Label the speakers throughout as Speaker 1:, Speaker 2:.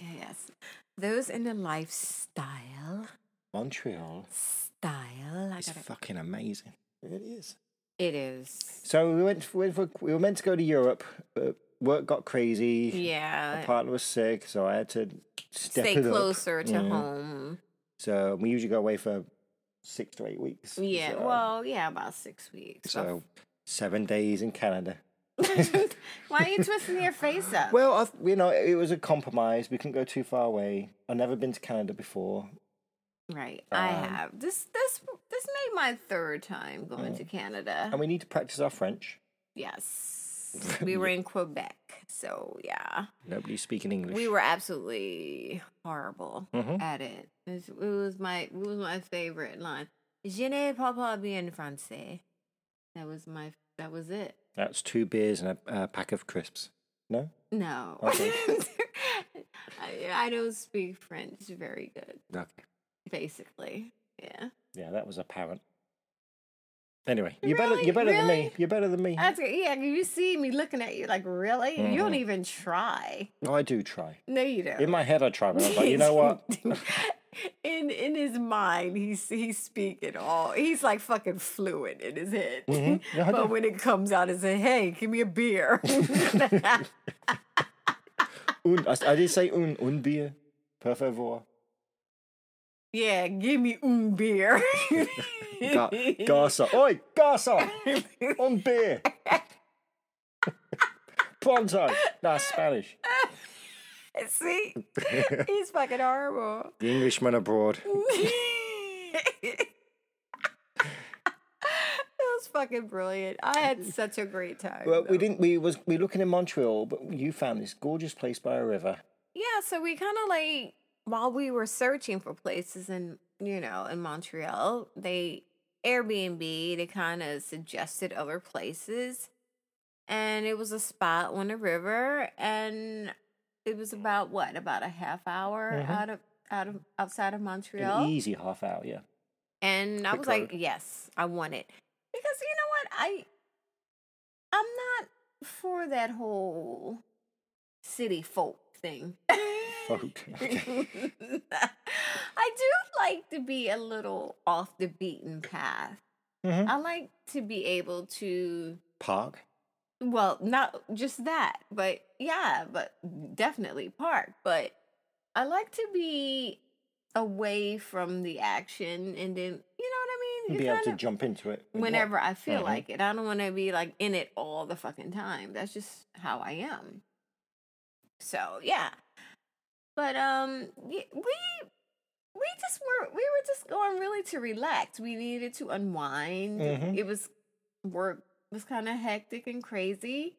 Speaker 1: Yes, those in the lifestyle
Speaker 2: Montreal
Speaker 1: style. I
Speaker 2: is
Speaker 1: gotta,
Speaker 2: fucking amazing. It is.
Speaker 1: it is.
Speaker 2: So we went, we, went for, we were meant to go to Europe, but work got crazy. My
Speaker 1: Yeah,
Speaker 2: partner was sick, so I had to step
Speaker 1: stay
Speaker 2: it up. Mm-hmm.
Speaker 1: closer to
Speaker 2: Yeah.
Speaker 1: home.
Speaker 2: So we usually go away for six to eight weeks.
Speaker 1: Yeah,
Speaker 2: So-
Speaker 1: well, yeah, about six weeks. but
Speaker 2: so seven days in Canada.
Speaker 1: Why are you twisting your face up?
Speaker 2: Well, I, th- you know, it was a compromise. We couldn't go too far away. I've never been to Canada before.
Speaker 1: right, I
Speaker 2: um,
Speaker 1: have this. This this made my third time
Speaker 2: Mm-hmm.
Speaker 1: going to Canada.
Speaker 2: And we need to practice our French.
Speaker 1: yes, we were in Quebec, so yeah,
Speaker 2: Nobody's speaking English.
Speaker 1: we were absolutely horrible
Speaker 2: Mhm.
Speaker 1: at it. It's- It was my it was my favorite line. Je ne parle pas bien français. That was my. That was it.
Speaker 2: That's two beers and a, a pack of crisps. No?
Speaker 1: No.
Speaker 2: Okay.
Speaker 1: I, I don't speak French very good,
Speaker 2: Okay.
Speaker 1: basically. Yeah.
Speaker 2: Yeah, that was apparent. Anyway, you're better.
Speaker 1: Really?
Speaker 2: You're better than
Speaker 1: Really?
Speaker 2: me. You're better than me.
Speaker 1: That's good. Yeah, you see me looking at you like, really? You don't even try.
Speaker 2: No, I do try.
Speaker 1: No, you don't.
Speaker 2: In my head, I try, but I'm like, you know what?
Speaker 1: in in his mind, he's he's speaking all. He's like fucking fluent in his head.
Speaker 2: Mhm. Yeah, I
Speaker 1: but
Speaker 2: do.
Speaker 1: when it comes out, it's like, hey, give me a beer.
Speaker 2: Un, I, s- I did say un, un beer, per favor.
Speaker 1: yeah, give me un beer.
Speaker 2: Ga- garça. Oi, garça! un beer! Pronto! That's Spanish.
Speaker 1: See, he's fucking horrible.
Speaker 2: The Englishman abroad.
Speaker 1: it was fucking brilliant. I had such a great time.
Speaker 2: Well, we
Speaker 1: though.
Speaker 2: didn't. We was we were looking in Montreal, but you found this gorgeous place by a river.
Speaker 1: yeah, so we kind of like while we were searching for places in you know in Montreal, they Airbnb they kind of suggested other places, and it was a spot on the river, and it was about what about a half hour
Speaker 2: Mhm.
Speaker 1: out of out of outside of Montreal.
Speaker 2: An easy half hour, yeah.
Speaker 1: And I
Speaker 2: Quick
Speaker 1: was like,
Speaker 2: road.
Speaker 1: yes, I want it. Because you know what? I I'm not for that whole city folk thing.
Speaker 2: Folk. Okay.
Speaker 1: I do like to be a little off the beaten path.
Speaker 2: Mhm.
Speaker 1: I like to be able to
Speaker 2: Park.
Speaker 1: well, not just that, but yeah, but definitely park. But I like to be away from the action and then, you know what I mean?
Speaker 2: You'd
Speaker 1: You
Speaker 2: be able
Speaker 1: kinda-
Speaker 2: to jump into it. with what-
Speaker 1: whenever I feel
Speaker 2: Mhm.
Speaker 1: like it. I don't want to be like in it all the fucking time. That's just how I am. So yeah, but um, y- we we just were we were just going really to relax. We needed to unwind.
Speaker 2: Mhm.
Speaker 1: It was work was kind of hectic and crazy.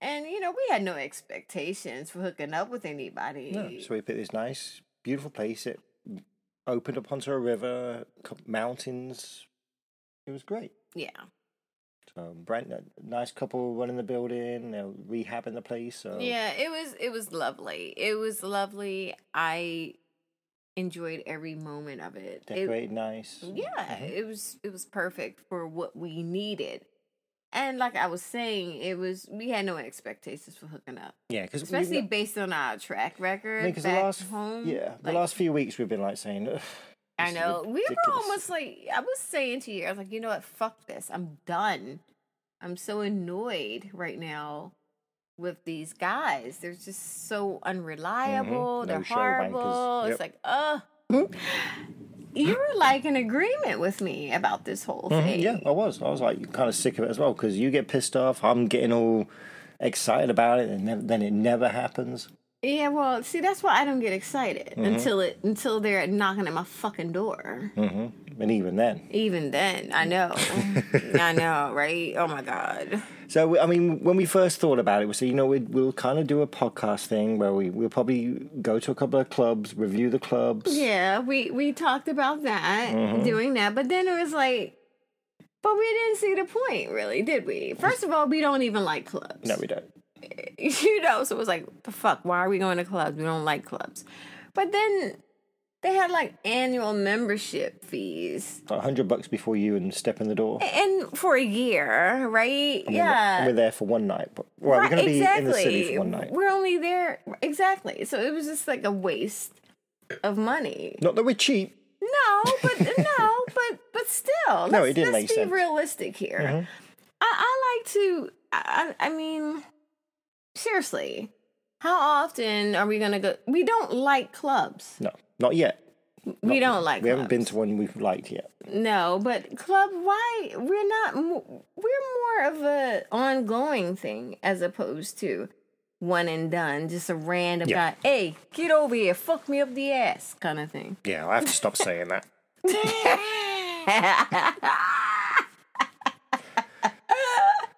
Speaker 1: And you know we had no expectations for hooking up with anybody.
Speaker 2: No, so we picked this nice, beautiful place. It opened up onto a river, co- mountains. It was great.
Speaker 1: yeah,
Speaker 2: So Brent, a nice couple running the building, they're rehabbing the place. So
Speaker 1: Yeah, it was it was lovely. It was lovely. I enjoyed every moment of it. It-
Speaker 2: decorated nice.
Speaker 1: yeah, it was it was perfect for what we needed. And like I was saying, it was we had no expectations for hooking up,
Speaker 2: Yeah, because
Speaker 1: especially based on our track record
Speaker 2: because the
Speaker 1: back
Speaker 2: last
Speaker 1: home.
Speaker 2: yeah the
Speaker 1: like,
Speaker 2: last few weeks we've been like saying. "Ugh,
Speaker 1: I
Speaker 2: this is
Speaker 1: know we were
Speaker 2: ridiculous."
Speaker 1: almost like I was saying to you, I was like, you know what, fuck this, I'm done. I'm so annoyed right now with these guys. They're just so unreliable.
Speaker 2: No
Speaker 1: They're
Speaker 2: Mm-hmm. show wankers.
Speaker 1: horrible. It's
Speaker 2: Yep.
Speaker 1: like, ugh. You were like in agreement with me about this whole
Speaker 2: Mhm,
Speaker 1: thing.
Speaker 2: Yeah, I was. I was like kind of sick of it as well because you get pissed off. I'm getting all excited about it, and then, then it never happens.
Speaker 1: Yeah, well, see, that's why I don't get excited
Speaker 2: Mm-hmm.
Speaker 1: until it until they're knocking at my fucking door.
Speaker 2: hmm And even then,
Speaker 1: Even then, I know, I know, right? Oh my god.
Speaker 2: so we- I mean, when we first thought about it, we said, you know, we'd, we'll kind of do a podcast thing where we we'll probably go to a couple of clubs, review the clubs.
Speaker 1: Yeah, we we talked about that
Speaker 2: Mm-hmm.
Speaker 1: doing that, but then it was like, but we didn't see the point, really, did we? First of all, we don't even like clubs.
Speaker 2: No, we don't.
Speaker 1: you know, so it was like, the fuck, why are we going to clubs? We don't like clubs. But then they had like annual membership fees,
Speaker 2: Like hundred bucks before you and step in the door.
Speaker 1: and for a year, right?
Speaker 2: And we're-
Speaker 1: yeah,
Speaker 2: and we're there for one night. But, well, we're
Speaker 1: Right,
Speaker 2: going to be in the city for one night.
Speaker 1: We're only there exactly. So it was just like a waste of money.
Speaker 2: Not that we're cheap.
Speaker 1: No, but no, but but still.
Speaker 2: No,
Speaker 1: let's,
Speaker 2: it didn't
Speaker 1: let's
Speaker 2: make
Speaker 1: be
Speaker 2: sense. Mm-hmm.
Speaker 1: realistic here. I, I like to. I, I I mean, seriously, how often are we gonna go? We don't like clubs.
Speaker 2: No, not yet.
Speaker 1: we don't like.
Speaker 2: We haven't
Speaker 1: clubs.
Speaker 2: been to one we've liked yet.
Speaker 1: No, but club. Why we're not? mo- We're more of a ongoing thing as opposed to one and done. Just a random
Speaker 2: Yeah.
Speaker 1: guy. Hey, get over here! Fuck me up the ass, kind of thing.
Speaker 2: Yeah, I have to stop saying that.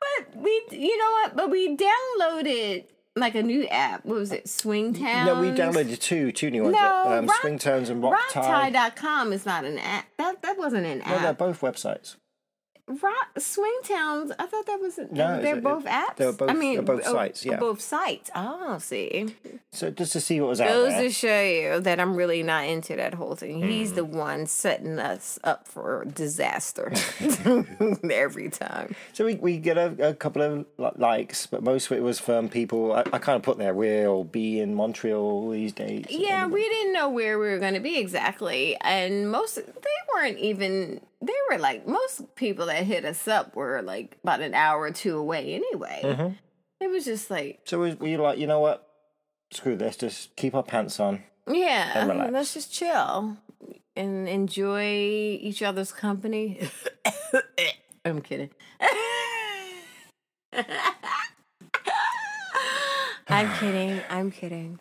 Speaker 1: but we, you know what? But we downloaded like a new app. What was it? Swingtown.
Speaker 2: No, we downloaded two two new ones.
Speaker 1: Um, No,
Speaker 2: um,
Speaker 1: Rock-
Speaker 2: Swingtones and Rock, Tide.
Speaker 1: Rocktide.com is not an app. That that wasn't an
Speaker 2: No, they're
Speaker 1: app.
Speaker 2: both websites.
Speaker 1: Rock Swingtowns. I thought that was.
Speaker 2: No,
Speaker 1: they're
Speaker 2: it-
Speaker 1: both apps.
Speaker 2: they were both-
Speaker 1: I mean,
Speaker 2: they're both
Speaker 1: oh,
Speaker 2: sites, yeah.
Speaker 1: both sites. Oh, see,
Speaker 2: So just to see what was out
Speaker 1: goes
Speaker 2: there.
Speaker 1: to show you that I'm really not into that whole thing. He's the one setting us up for disaster every time.
Speaker 2: so we, we get a, a couple of li- likes, but most of it was from people. I, I kind of put there, we'll be in Montreal these days.
Speaker 1: Yeah, we didn't know where we were going to be exactly, and most they weren't even. They were like most people that hit us up were like about an hour or two away anyway. It was just like,
Speaker 2: So we, we were like, you know what? Screw this. Just keep our pants on.
Speaker 1: yeah,
Speaker 2: And relax.
Speaker 1: let's just chill and enjoy each other's company. I'm kidding. I'm kidding. I'm kidding.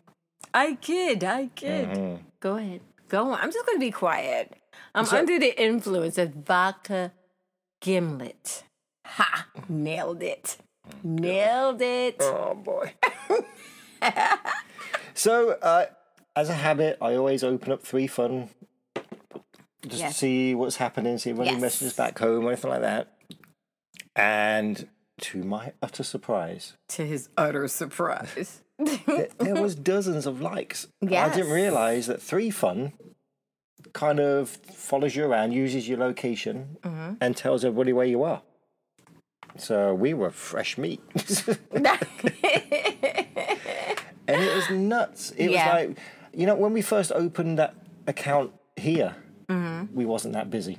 Speaker 1: I kid. I kid.
Speaker 2: Mm.
Speaker 1: Go ahead. Go on. I'm just going to be quiet. I'm under the influence of vodka gimlet. Ha! Nailed it. Mm, Nailed it.
Speaker 2: Oh boy. so uh, as a habit, I always open up three fun. Just
Speaker 1: Yes.
Speaker 2: to see what's happening, see if any
Speaker 1: Yes.
Speaker 2: messages back home or anything like that. And to my utter surprise,
Speaker 1: To his utter surprise.
Speaker 2: th- there was dozens of likes. And I
Speaker 1: Yes.
Speaker 2: didn't realise that three fun kind of follows you around, uses your location,
Speaker 1: Mm-hmm.
Speaker 2: and tells everybody where you are. So we were fresh meat. and it was nuts. It
Speaker 1: Yeah.
Speaker 2: was like, you know, when we first opened that account here,
Speaker 1: Mm-hmm.
Speaker 2: we wasn't that busy.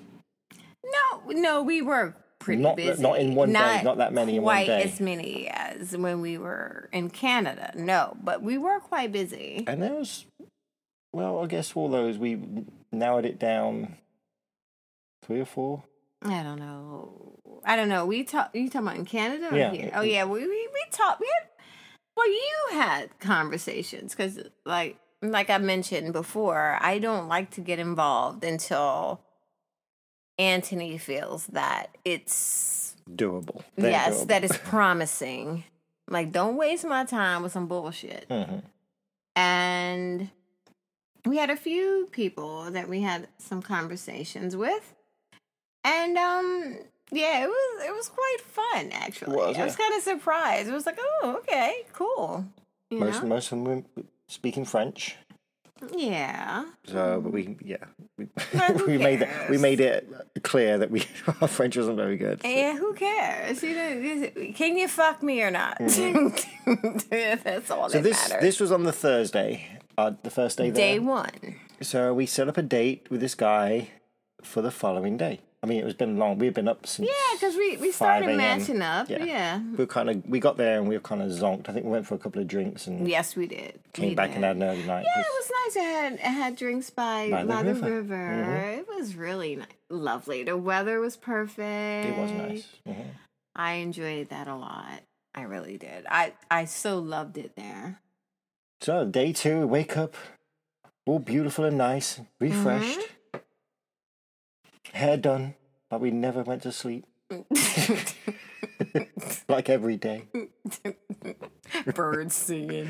Speaker 1: no, no, we were pretty
Speaker 2: Not that-
Speaker 1: busy.
Speaker 2: not in one day, not that many in one
Speaker 1: quite
Speaker 2: day.
Speaker 1: as many as when we were in Canada. No, but we were quite busy.
Speaker 2: And there was, well, I guess all those we narrowed it down three or four.
Speaker 1: I don't know. I don't know. We talk. You talking about in Canada? Or
Speaker 2: Yeah.
Speaker 1: Here? Oh yeah. We we we talked. We had. Well, you had conversations because, like, like I mentioned before, I don't like to get involved until Anthony feels that it's
Speaker 2: Doable. They're
Speaker 1: yes,
Speaker 2: doable.
Speaker 1: that is promising. like, don't waste my time with some bullshit.
Speaker 2: Mhm.
Speaker 1: And we had a few people that we had some conversations with, and um, yeah, it was it was quite fun actually.
Speaker 2: was,
Speaker 1: I was kind of surprised. It was like, oh, okay, cool. You
Speaker 2: Most
Speaker 1: know?
Speaker 2: most of them were speaking French.
Speaker 1: Yeah. Mm.
Speaker 2: So, but we, yeah, we,
Speaker 1: Well, who
Speaker 2: we made it, we
Speaker 1: cares?
Speaker 2: made it clear that we our French wasn't very good.
Speaker 1: Yeah, who cares? You don't, can you fuck me or not? That's all
Speaker 2: Mm-hmm. So
Speaker 1: that
Speaker 2: this
Speaker 1: matters.
Speaker 2: this was on the Thursday, uh, the first day there.
Speaker 1: Day one.
Speaker 2: So we set up a date with this guy for the following day. I mean, it was been long. We had been up since.
Speaker 1: Yeah, because we, we
Speaker 2: 5
Speaker 1: started
Speaker 2: a.m..
Speaker 1: matching up. Yeah.
Speaker 2: We kind of we got there and we were kind of zonked. I think we went for a couple of drinks and
Speaker 1: Yes, we did.
Speaker 2: came
Speaker 1: We
Speaker 2: back
Speaker 1: did.
Speaker 2: and had an early night.
Speaker 1: Yeah, it was nice. I had I had drinks by, by the river.
Speaker 2: Mm-hmm.
Speaker 1: It was really ni- lovely. The weather was perfect.
Speaker 2: It was nice. Mhm.
Speaker 1: I enjoyed that a lot. I really did. I I so loved it there.
Speaker 2: So day two, wake up, all beautiful and nice, refreshed,
Speaker 1: Mm-hmm.
Speaker 2: hair done, but we never went to sleep like every day.
Speaker 1: Birds singing,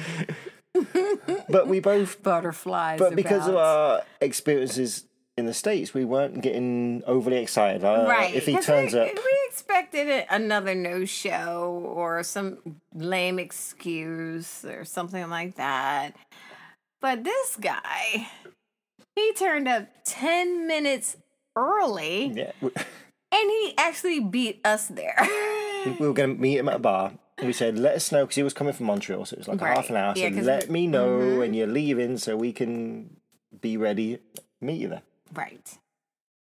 Speaker 2: But we both,
Speaker 1: butterflies.
Speaker 2: but because of
Speaker 1: about.
Speaker 2: our experiences in the states, we weren't getting overly excited. Uh,
Speaker 1: right,
Speaker 2: If he
Speaker 1: 'cause
Speaker 2: turns
Speaker 1: we,
Speaker 2: up,
Speaker 1: we expected it- another no show or some lame excuse or something like that. But this guy, he turned up ten minutes early,
Speaker 2: yeah, we,
Speaker 1: and he actually beat us there.
Speaker 2: we were going to meet him at a bar. and We said, let us know because he was coming from Montreal, so it was like a half an
Speaker 1: Right,
Speaker 2: hour. So
Speaker 1: yeah, 'cause mm-hmm.
Speaker 2: let
Speaker 1: we-
Speaker 2: me know when you're leaving so we can be ready, meet you there.
Speaker 1: right.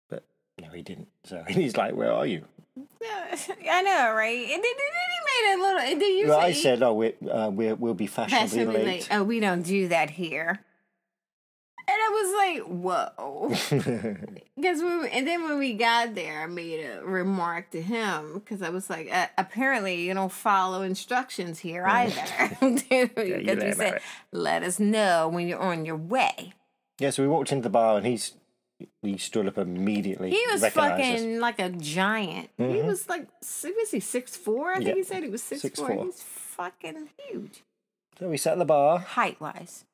Speaker 2: But no, he didn't. So he's like, "Where are you?"
Speaker 1: Yeah, I know, right? And then, then he made a little. And then you
Speaker 2: Well,
Speaker 1: say,
Speaker 2: I said, "Oh, we're, uh, we're we'll be fashionably
Speaker 1: Fashionably
Speaker 2: late."
Speaker 1: late. Oh, we don't do that here. And I was like, whoa. Because we were- and then when we got there, I made a remark to him because I was like, uh, apparently you don't follow instructions here either. Because
Speaker 2: let
Speaker 1: you
Speaker 2: him have
Speaker 1: said,
Speaker 2: it.
Speaker 1: let us know when you're on your way.
Speaker 2: yeah, so we walked into the bar, and he's he stood up immediately.
Speaker 1: He was
Speaker 2: recognized us.
Speaker 1: fucking like a giant. He was like, si- was he six four? I think
Speaker 2: Yeah.
Speaker 1: he said he was six, four.
Speaker 2: 6'4".
Speaker 1: He's fucking huge,
Speaker 2: So we sat at the bar,
Speaker 1: height wise.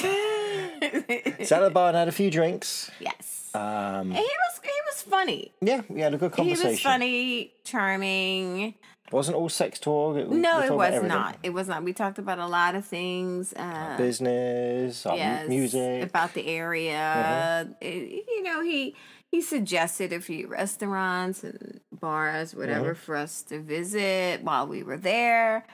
Speaker 2: sat at the bar, and had a few drinks.
Speaker 1: yes,
Speaker 2: Um,
Speaker 1: And he was he was funny.
Speaker 2: yeah, we had a good
Speaker 1: He
Speaker 2: conversation.
Speaker 1: was funny, charming.
Speaker 2: Wasn't all sex talk. It,
Speaker 1: No,
Speaker 2: we
Speaker 1: it
Speaker 2: talked about
Speaker 1: was
Speaker 2: everything.
Speaker 1: not. It was not. We talked about a lot of things. Uh,
Speaker 2: Business, our mu-
Speaker 1: yes,
Speaker 2: music. Uh-huh.
Speaker 1: about the area. It- you know, he he suggested a few restaurants and bars, whatever,
Speaker 2: Uh-huh.
Speaker 1: for us to visit while we were there.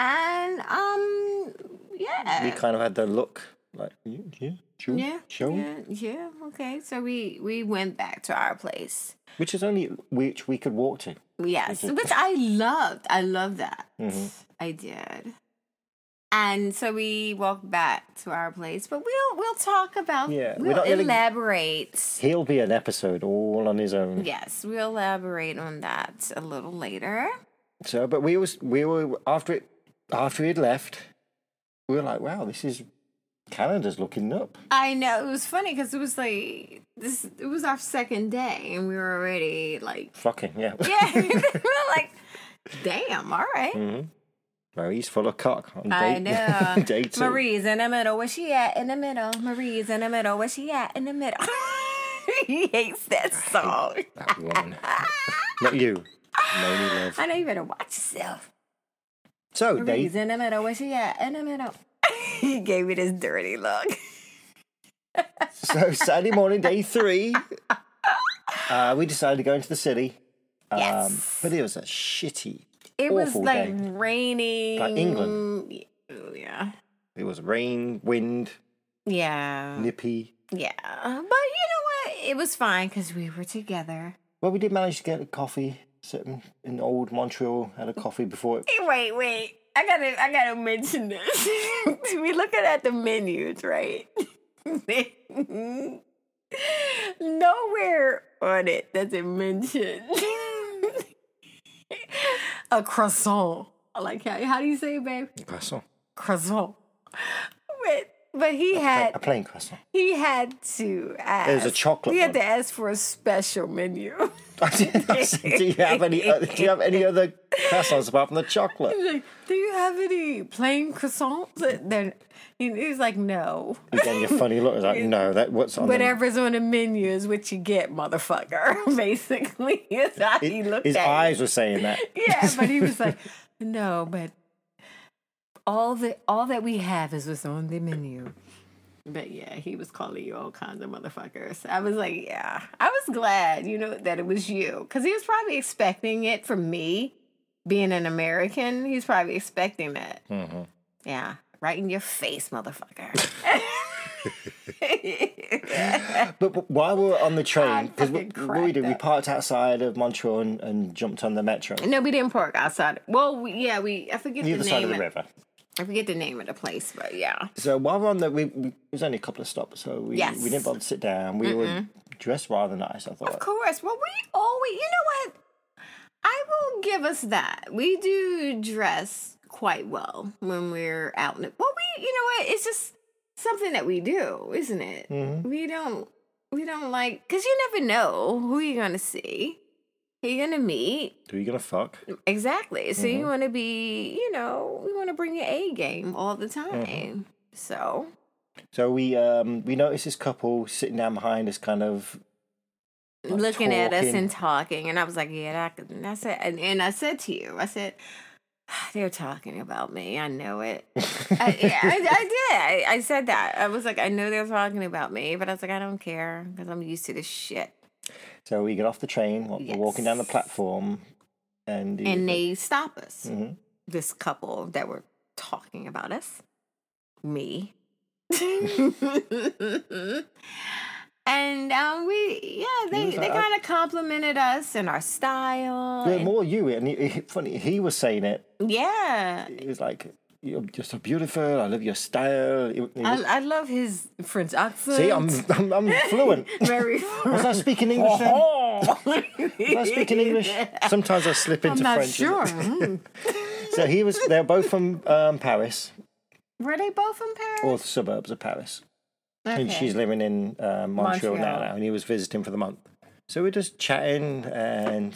Speaker 1: And um,
Speaker 2: We
Speaker 1: yeah,
Speaker 2: kind of had the look like, yeah, yeah, sure,
Speaker 1: yeah,
Speaker 2: sure.
Speaker 1: yeah, yeah. Okay, so we we went back to our place.
Speaker 2: which is only which we could walk to.
Speaker 1: Yes, which I loved. I loved that. I did. And so we walked back to our place, but we'll we'll talk about
Speaker 2: Yeah, we're
Speaker 1: we'll
Speaker 2: not gonna-
Speaker 1: elaborate.
Speaker 2: He'll be an episode all on his own.
Speaker 1: Yes, we'll elaborate on that a little later.
Speaker 2: So, but we was we were after it after he had left, we were like, wow, this is Canada's looking up.
Speaker 1: I know it was funny because it was like this. It was our second day, and we were already like,
Speaker 2: Fucking yeah.
Speaker 1: yeah, we were like, damn, all right.
Speaker 2: Marie's full of cock. On
Speaker 1: I
Speaker 2: date,
Speaker 1: know.
Speaker 2: day two.
Speaker 1: Marie's in the middle. Where she at? In the middle. Marie's in the middle. Where she at? In the middle. he hates that song.
Speaker 2: That woman. Not you. Moni love.
Speaker 1: I know you better watch yourself.
Speaker 2: So
Speaker 1: Marie's
Speaker 2: they
Speaker 1: in the middle. Where she at? In the middle. he gave me this dirty look.
Speaker 2: so Saturday morning, day three. Uh, we decided to go into the city. Um,
Speaker 1: Yes.
Speaker 2: But it was a shitty.
Speaker 1: It was
Speaker 2: Awful
Speaker 1: like
Speaker 2: day.
Speaker 1: raining.
Speaker 2: Like England.
Speaker 1: Yeah.
Speaker 2: It was rain, wind,
Speaker 1: Yeah.
Speaker 2: nippy.
Speaker 1: Yeah. But you know what? It was fine because we were together.
Speaker 2: Well, we did manage to get a coffee. Sitting in old Montreal, had a coffee before it
Speaker 1: Hey, Wait, wait. I gotta, I gotta mention this. we looking at the menus, right? Nowhere on it does it mention a croissant. I Like how, how do you say, it, babe?
Speaker 2: Croissant.
Speaker 1: Croissant. But, but he had
Speaker 2: A plain croissant.
Speaker 1: he had to ask.
Speaker 2: was a chocolate
Speaker 1: He had
Speaker 2: one.
Speaker 1: to ask for a special menu.
Speaker 2: I did- I said, do you have any? Other, do you have any other croissants apart from the chocolate?
Speaker 1: like, do you have any plain croissants? Then he- he's like, no.
Speaker 2: Again, your funny look. It's like, no, that what's on
Speaker 1: Whatever's on the menu is what you get, motherfucker. Basically, is how
Speaker 2: The,
Speaker 1: he looked
Speaker 2: his
Speaker 1: at it.
Speaker 2: eyes were saying that.
Speaker 1: Yeah, but he was like, no, but all the all that we have is what's on the menu. But yeah, he was calling you all kinds of motherfuckers. I was like, yeah. I was glad, you know, that it was you. Because he was probably expecting it from me, being an American. He's probably expecting that.
Speaker 2: Mhm.
Speaker 1: Yeah. Right in your face, motherfucker.
Speaker 2: But, but while we were on the train,
Speaker 1: I'm
Speaker 2: because what,
Speaker 1: fucking
Speaker 2: what we did, we
Speaker 1: cracked up.
Speaker 2: parked outside of Montreal and, and jumped on the metro,
Speaker 1: no, we didn't park outside. Well, we, yeah, we, I forget
Speaker 2: either
Speaker 1: the
Speaker 2: side
Speaker 1: name.
Speaker 2: of the
Speaker 1: of-
Speaker 2: river.
Speaker 1: I forget the name of the place, but yeah.
Speaker 2: So while we're on the, we, we it was only a couple of stops, so we
Speaker 1: Yes.
Speaker 2: we didn't bother to sit down. We were dressed rather nice, I
Speaker 1: Of
Speaker 2: thought.
Speaker 1: course. Well, we always, you know what? I will give us that. We do dress quite well when we're out. And, well, we, you know what? It's just something that we do, isn't it?
Speaker 2: Mm-hmm.
Speaker 1: We don't, we don't like, because you never know who you're going to see, who you're going to meet.
Speaker 2: Who are you gonna fuck?
Speaker 1: Mm. Exactly. So
Speaker 2: Mm-hmm.
Speaker 1: you want to be, you know, you want to bring your A game all the
Speaker 2: Mm-hmm.
Speaker 1: time. So,
Speaker 2: So we um we noticed this couple sitting down behind us, kind of Like
Speaker 1: looking at us
Speaker 2: talking.
Speaker 1: and talking, and I was like, "Yeah, that, could- that's it." And, and I said to you, I said, "Ah, "They're talking about me. I know it." I, Uh, yeah, I, I did. I, I said that. I was like, "I know they're talking about me," but I was like, "I don't care because I'm used to this shit."
Speaker 2: So we get off the train, we're walking down the
Speaker 1: Yes.
Speaker 2: platform, and, the-
Speaker 1: And they stop us.
Speaker 2: Mhm.
Speaker 1: This couple that were talking about us, me, and um, we yeah they
Speaker 2: was
Speaker 1: they
Speaker 2: like, I-
Speaker 1: kind of complimented us and our style.
Speaker 2: Yeah,
Speaker 1: and-
Speaker 2: more you. And he, he- funny, he was saying it.
Speaker 1: yeah,
Speaker 2: He was like, "You're you're so beautiful. I love your style." He- he
Speaker 1: I,
Speaker 2: was-
Speaker 1: I love his French accent.
Speaker 2: see, I'm, I'm I'm fluent.
Speaker 1: very.
Speaker 2: Was I speaking English? Then? Oh. Was I speaking English? Sometimes I slip
Speaker 1: I'm
Speaker 2: into
Speaker 1: not
Speaker 2: French.
Speaker 1: sure. Mm.
Speaker 2: So he was. They're both from um, Paris
Speaker 1: Were they both from Paris?
Speaker 2: or the suburbs of Paris, and
Speaker 1: Okay.
Speaker 2: she's living in uh, Montreal, now,
Speaker 1: Montreal.
Speaker 2: now. And he was visiting for the month. So we're just chatting, and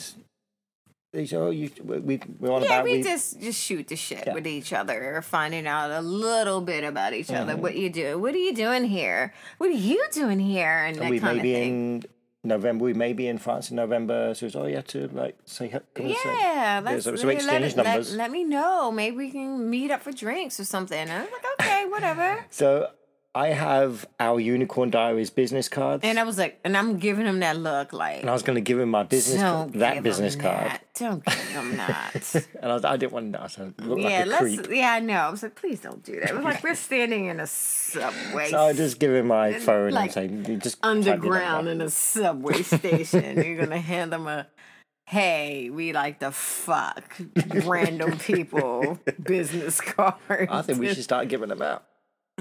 Speaker 2: he said, "Oh, you, we we're on
Speaker 1: Yeah,
Speaker 2: about
Speaker 1: we, just just shoot the shit with each other, finding out a little bit about each other.
Speaker 2: Mm-hmm.
Speaker 1: What you do? What are you doing here? What are you doing here? And that
Speaker 2: we
Speaker 1: kind
Speaker 2: may
Speaker 1: of
Speaker 2: be
Speaker 1: thing.
Speaker 2: in November. We may be in France in November. So it's oh, you have to like say hi- come and say-
Speaker 1: yeah, let's,
Speaker 2: so- so
Speaker 1: let,
Speaker 2: we
Speaker 1: me-
Speaker 2: exchange
Speaker 1: let, let-
Speaker 2: numbers.
Speaker 1: Let, me know. Maybe we can meet up for drinks or something. And I was like, okay, whatever.
Speaker 2: So I have our Unicorn Diaries business cards,
Speaker 1: and I was like, and I'm giving him that look, like
Speaker 2: and I was going to give him my business
Speaker 1: don't give
Speaker 2: that
Speaker 1: him
Speaker 2: business card,
Speaker 1: that. Don't give him that.
Speaker 2: and I, was, I didn't want to so look
Speaker 1: yeah,
Speaker 2: like a
Speaker 1: let's.
Speaker 2: creep.
Speaker 1: Yeah, I know. I was like, please don't do that. It was like we're standing in a subway.
Speaker 2: So I just give him my phone
Speaker 1: like,
Speaker 2: and say, just type your number."
Speaker 1: underground in a subway station. You're gonna hand them a, hey, we like to fuck random people business cards.
Speaker 2: I think we should start giving them out.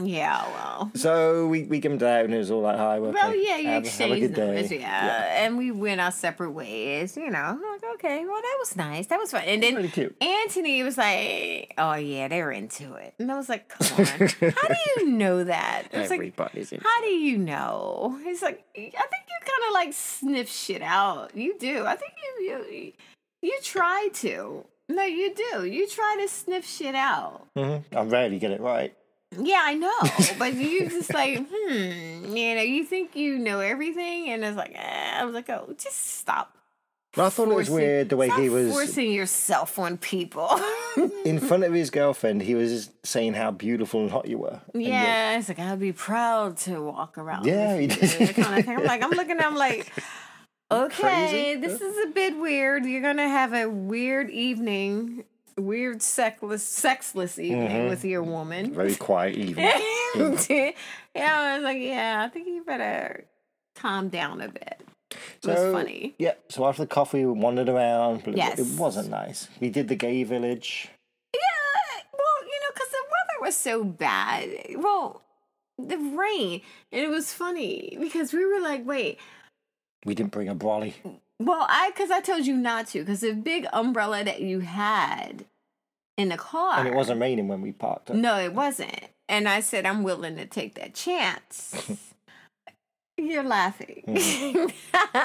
Speaker 1: Yeah, well.
Speaker 2: So we, we give them out, and it was all like, hi, okay,
Speaker 1: Well, yeah, you
Speaker 2: have, have a
Speaker 1: exchange
Speaker 2: good
Speaker 1: numbers,
Speaker 2: day.
Speaker 1: yeah. and we went our separate ways. You know, I'm like okay, well, that was nice, that was fun. And then
Speaker 2: Really cute.
Speaker 1: Anthony was like, "Oh yeah, they're into it," and I was like, "Come on, how do you know that?" I was like,
Speaker 2: Everybody's in.
Speaker 1: How do you know? He's like, I think you kind of like sniff shit out. You do. I think you you you try to. No, you do. You try to sniff shit out.
Speaker 2: Mhm. I rarely get it right.
Speaker 1: Yeah, I know, but you just like, hmm, you know, you think you know everything, and it's like, eh. I was like, oh, just stop.
Speaker 2: But I thought it was
Speaker 1: forcing-
Speaker 2: weird the way
Speaker 1: stop
Speaker 2: he was
Speaker 1: forcing yourself on people.
Speaker 2: in front of his girlfriend. He was saying how beautiful and hot you were. And you're-
Speaker 1: yeah, it's like I'd be proud to walk around.
Speaker 2: Yeah, he
Speaker 1: with
Speaker 2: did.
Speaker 1: you," that kind of thing. I'm like, I'm looking, I'm like, okay, this is a bit weird. You're gonna have a weird evening, weird sexless, sexless evening
Speaker 2: Mm-hmm.
Speaker 1: with your woman.
Speaker 2: very quiet evening.
Speaker 1: yeah, I was like, yeah, I think you better calm down a bit. It was funny.
Speaker 2: Yeah. So after the coffee, we wandered around. But it-
Speaker 1: Yes.
Speaker 2: it, wasn't nice. We did the gay village.
Speaker 1: Yeah, well, you know, because the weather was so bad. Well, the rain, and it was funny because we were like, wait,
Speaker 2: We didn't bring a brolly.
Speaker 1: well, I because I told you not to because the big umbrella that you had in the car,
Speaker 2: And it wasn't raining when we parked up.
Speaker 1: No, it wasn't. And I said, I'm willing to take that chance. You're laughing. but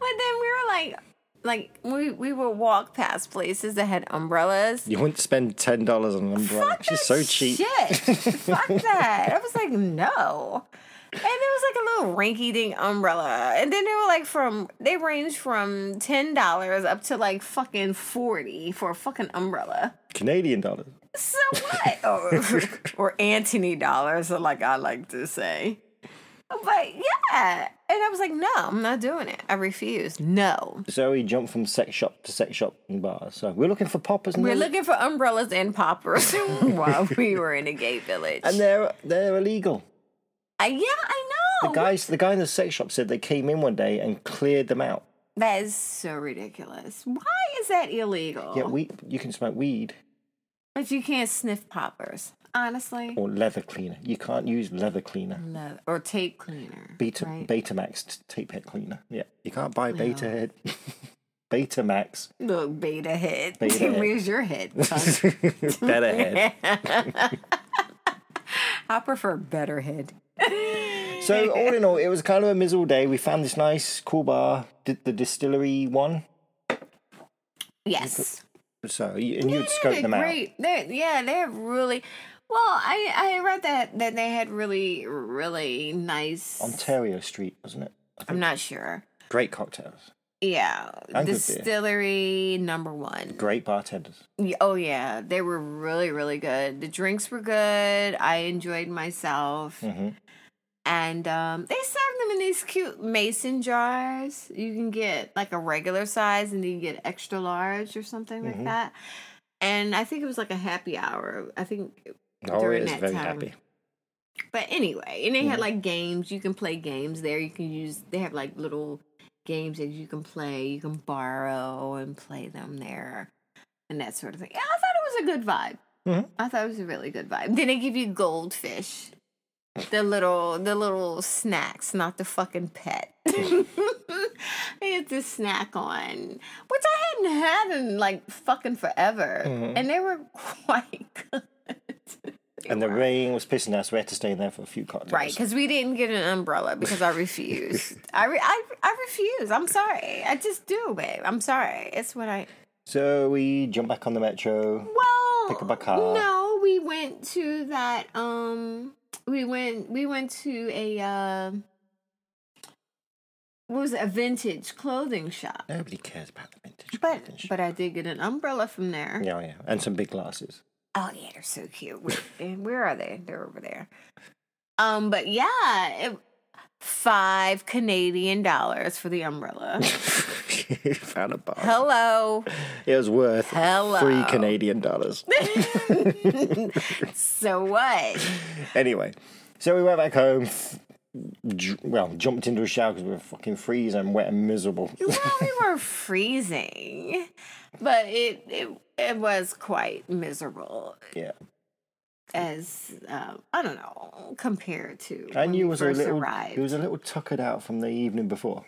Speaker 1: then we were like, like we we would walk past places that had umbrellas.
Speaker 2: You wouldn't spend $10 on an umbrella.
Speaker 1: Fuck
Speaker 2: She's
Speaker 1: that
Speaker 2: so cheap.
Speaker 1: Shit. Fuck that. I was like, no. And there was like a little rinky dink umbrella. And then they were like from they range from ten dollars up to like fucking forty for a fucking umbrella.
Speaker 2: Canadian dollars.
Speaker 1: So what? or, or Anthony dollars, like I like to say. But yeah. And I was like, no, I'm not doing it. I refuse. No.
Speaker 2: Zoe jumped from sex shop to sex shop and bars. So we're looking for poppers now.
Speaker 1: We're looking for umbrellas and poppers while we were in a gay village.
Speaker 2: and they're they're illegal.
Speaker 1: I, yeah, I
Speaker 2: The
Speaker 1: know.
Speaker 2: guys, the guy in the sex shop said they came in one day and cleared them out.
Speaker 1: that is so ridiculous. Why is that illegal?
Speaker 2: Yeah, we you can smoke weed
Speaker 1: But you can't sniff poppers, honestly.
Speaker 2: or leather cleaner. You can't use leather cleaner.
Speaker 1: No. Or tape cleaner.
Speaker 2: Beta
Speaker 1: right?
Speaker 2: Betamax t- tape head cleaner. Yeah, you can't buy Beta head. Betamax
Speaker 1: Look, beta head.
Speaker 2: Beta head.
Speaker 1: Where's your head? son?
Speaker 2: better head.
Speaker 1: I prefer better head.
Speaker 2: So all in all, it was kind of a miserable day. We found this nice cool bar, did the distillery one.
Speaker 1: Yes.
Speaker 2: So y- and you'd
Speaker 1: They
Speaker 2: scope
Speaker 1: did
Speaker 2: them out.
Speaker 1: great. They, yeah, they have really. Well, I I read that that they had really really nice. I'm,
Speaker 2: Ontario Street, wasn't it?
Speaker 1: not sure.
Speaker 2: Great cocktails,
Speaker 1: Yeah,
Speaker 2: And good beer.
Speaker 1: distillery number one.
Speaker 2: great bartenders.
Speaker 1: Y- Oh yeah, they were really really good. The drinks were good. I enjoyed myself.
Speaker 2: Mhm.
Speaker 1: And um, they serve them in these cute mason jars. You can get like a regular size and then you get extra large or something like
Speaker 2: Mm-hmm.
Speaker 1: that. And I think it was like a happy hour. I think
Speaker 2: Oh,
Speaker 1: During
Speaker 2: it is
Speaker 1: that
Speaker 2: very
Speaker 1: time.
Speaker 2: happy.
Speaker 1: but anyway, and they had like games. You can play games there. You can use. They have like little games that you can play. You can borrow and play them there, and that sort of thing. Yeah, I thought it was a good vibe.
Speaker 2: Mhm.
Speaker 1: I thought it was a really good vibe. Then they give you goldfish, the little the little snacks, not the fucking pet. it's a snack on, which I hadn't had in like fucking forever, and they were quite good. They
Speaker 2: And the
Speaker 1: were.
Speaker 2: rain was pissing us. We had to stay in there for a few cocktails.
Speaker 1: Right, because we didn't get an umbrella because I refused. I, re- I I refuse. I'm sorry. I just do, babe. I'm sorry. It's what I.
Speaker 2: So we jumped back on the metro.
Speaker 1: Well,
Speaker 2: Pick up a car.
Speaker 1: no, we went to that. Um, we went we went to a uh, what was it, a vintage clothing shop.
Speaker 2: Nobody cares about the vintage.
Speaker 1: But
Speaker 2: clothing shop.
Speaker 1: but I did get an umbrella from there.
Speaker 2: yeah, yeah, and some big glasses.
Speaker 1: Oh yeah, they're so cute. Where, and where are they? They're over there. Um, but yeah, it, five Canadian dollars for the umbrella.
Speaker 2: found a bar.
Speaker 1: Hello.
Speaker 2: It was worth
Speaker 1: Hello.
Speaker 2: three Canadian dollars.
Speaker 1: So what?
Speaker 2: anyway, so we went back home. f- ju- Well, jumped into a shower because we were fucking freezing, and wet, and miserable.
Speaker 1: Well, we were freezing, but it it it was quite miserable.
Speaker 2: Yeah,
Speaker 1: As um, I don't know, compared to when
Speaker 2: and you
Speaker 1: we
Speaker 2: was a
Speaker 1: first
Speaker 2: little,
Speaker 1: arrived.
Speaker 2: you was a little tuckered out from the evening before.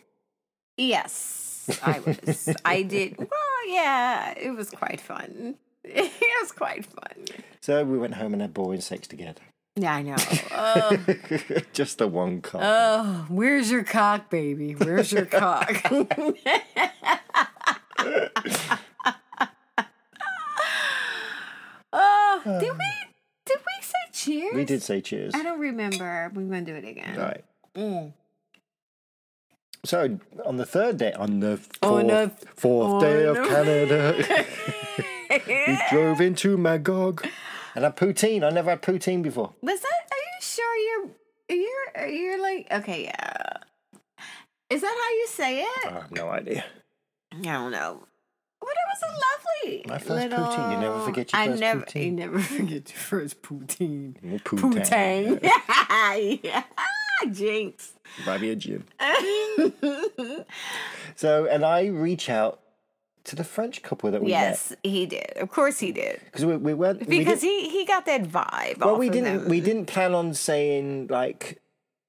Speaker 1: Yes, I was. I did. Well, yeah, it was quite fun. It was quite fun.
Speaker 2: So we went home and had boring sex together.
Speaker 1: Yeah, I know. Oh,
Speaker 2: Just the one cock.
Speaker 1: oh, where's your cock, baby? Where's your cock? oh, did we did we say cheers?
Speaker 2: we did say cheers.
Speaker 1: I don't remember. We're gonna do it again.
Speaker 2: Right.
Speaker 1: Mm.
Speaker 2: So on the third day, on the fourth,
Speaker 1: On the-
Speaker 2: fourth day
Speaker 1: on
Speaker 2: of
Speaker 1: the-
Speaker 2: Canada, we drove into Magog, and had poutine. I never had poutine before.
Speaker 1: Was that? Are you sure you're you're are you like okay? Yeah. Is that how you say it?
Speaker 2: I have no idea.
Speaker 1: I don't know. But it was a lovely.
Speaker 2: My first poutine. You never forget your
Speaker 1: I
Speaker 2: first
Speaker 1: never,
Speaker 2: poutine.
Speaker 1: You never forget your first poutine.
Speaker 2: Well,
Speaker 1: Poutine. yeah. Jinx.
Speaker 2: Maybe a gym. So, and I reach out to the French couple that we met
Speaker 1: yes, he did. Of course he did.
Speaker 2: because we, we weren't we
Speaker 1: Because
Speaker 2: didn't-
Speaker 1: he, he got that vibe.
Speaker 2: well
Speaker 1: off
Speaker 2: Oh, we
Speaker 1: of
Speaker 2: didn't
Speaker 1: them.
Speaker 2: we didn't plan on saying like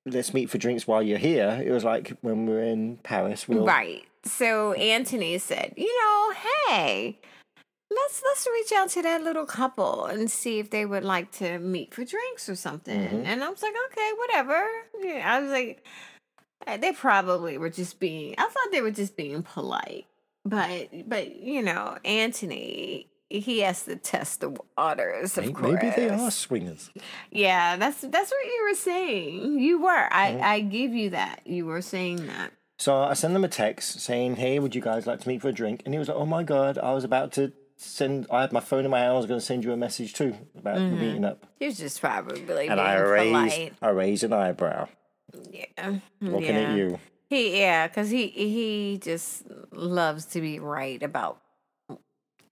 Speaker 2: let's meet for drinks while you're here. It was like when we were in Paris, we'll
Speaker 1: Right. So Anthony said, you know, hey, let's let's reach out to that little couple and see if they would like to meet for drinks or something.
Speaker 2: Mm-hmm.
Speaker 1: And I was like, okay, whatever. Yeah, I was like, uh, they probably were just being. I thought they were just being polite, but but you know, Anthony he has to test the waters. Of
Speaker 2: May-
Speaker 1: course,
Speaker 2: Maybe they are swingers.
Speaker 1: Yeah, that's that's what you were saying. You were. I I give you that. You were saying that.
Speaker 2: So I sent them a text saying, "Hey, would you guys like to meet for a drink?" And he was like, "Oh my god, I was about to send. I had my phone in my hand. I was going to send you a message too about
Speaker 1: Mm-hmm.
Speaker 2: meeting up."
Speaker 1: He was just probably being
Speaker 2: And I raised,
Speaker 1: polite.
Speaker 2: I raised an eyebrow,
Speaker 1: Yeah.
Speaker 2: looking
Speaker 1: yeah.
Speaker 2: at you.
Speaker 1: He yeah, because he he just loves to be right about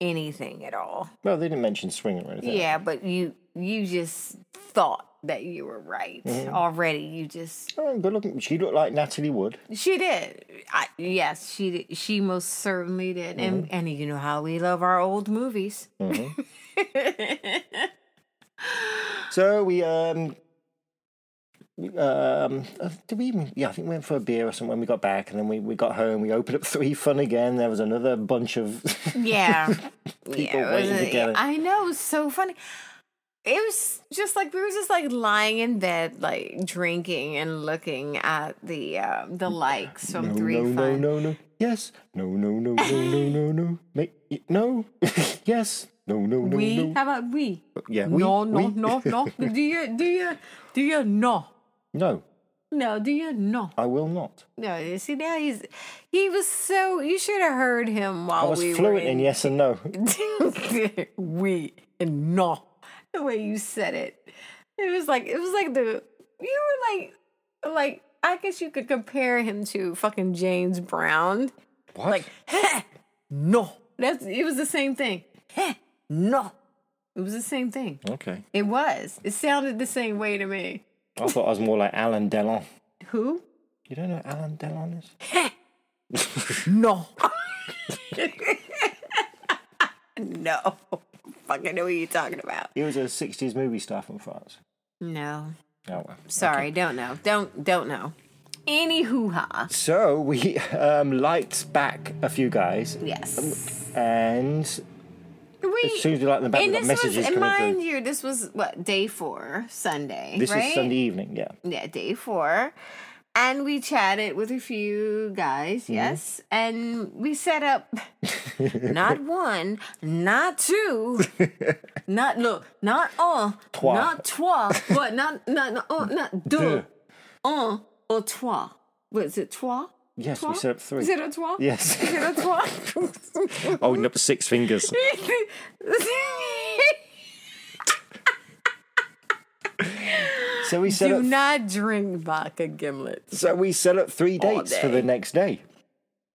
Speaker 1: anything at all.
Speaker 2: Well, they didn't mention swinging or
Speaker 1: Yeah,
Speaker 2: anything.
Speaker 1: but you you just thought that you were right
Speaker 2: Mm-hmm.
Speaker 1: already. You just
Speaker 2: Oh, good looking. She looked like Natalie Wood.
Speaker 1: She did. I, yes, she did. She most certainly did.
Speaker 2: Mm-hmm.
Speaker 1: And and you know how we love our old movies.
Speaker 2: Mm-hmm. So we um. we, Um, uh, did we even? Yeah, I think we went for a beer or something when we got back, and then we, we got home. We opened up three fun again. There was another bunch of
Speaker 1: Yeah.
Speaker 2: People
Speaker 1: it was
Speaker 2: waiting to
Speaker 1: a-
Speaker 2: get it.
Speaker 1: I know. It was so funny. It was just like we were just like lying in bed, like drinking and looking at the uh, the likes from
Speaker 2: Mm. no,
Speaker 1: Three
Speaker 2: no,
Speaker 1: Fun.
Speaker 2: no, no, no. Yes. No, no, no, no, no, no, no. Make no. yes. No, no, no,
Speaker 1: we
Speaker 2: no.
Speaker 1: how about we?
Speaker 2: Yeah. We,
Speaker 1: no, no,
Speaker 2: we.
Speaker 1: no, no. Do you do you do you no?
Speaker 2: No,
Speaker 1: No, do you no?
Speaker 2: I will not.
Speaker 1: No, you see now he's he was so you should have heard him while
Speaker 2: I was
Speaker 1: we were
Speaker 2: fluent in yes and no.
Speaker 1: in we and no the way you said it. It was like it was like the you were like like I guess you could compare him to fucking James Brown.
Speaker 2: What?
Speaker 1: Like "Heh, no. That's it was the same thing. Heh, no. It was the same thing.
Speaker 2: okay.
Speaker 1: It was. It sounded the same way to me.
Speaker 2: I thought I was more like Alan Delon.
Speaker 1: Who?
Speaker 2: You don't know who Alan Delon is?
Speaker 1: No. no. Fucking know what you're talking about.
Speaker 2: He was a '60s movie star from France.
Speaker 1: No.
Speaker 2: Oh well.
Speaker 1: Sorry, don't know. Don't don't know. Any hoo ha.
Speaker 2: So we um, liked back a few guys,
Speaker 1: Yes.
Speaker 2: and
Speaker 1: We,
Speaker 2: as soon as we liked them back, we
Speaker 1: and
Speaker 2: got
Speaker 1: this
Speaker 2: messages
Speaker 1: was, and
Speaker 2: coming
Speaker 1: mind
Speaker 2: through.
Speaker 1: you, this was what day four, Sunday,
Speaker 2: This
Speaker 1: right?
Speaker 2: is Sunday evening. Yeah.
Speaker 1: Yeah, day four, and we chatted with a few guys.
Speaker 2: Mm-hmm.
Speaker 1: Yes, and we set up not one, not two, not look, not un,
Speaker 2: Trois.
Speaker 1: not trois, but not not not un, not deux,
Speaker 2: Deux.
Speaker 1: un or trois. What is it? Trois.
Speaker 2: Yes,
Speaker 1: Trois?
Speaker 2: we set up three.
Speaker 1: Is it a trois?
Speaker 2: Yes.
Speaker 1: Is it a trois?
Speaker 2: Holding Oh, up six fingers. So we set
Speaker 1: Do
Speaker 2: up
Speaker 1: not drink vodka gimlets.
Speaker 2: So we set up three
Speaker 1: All
Speaker 2: dates for the
Speaker 1: day.
Speaker 2: next day.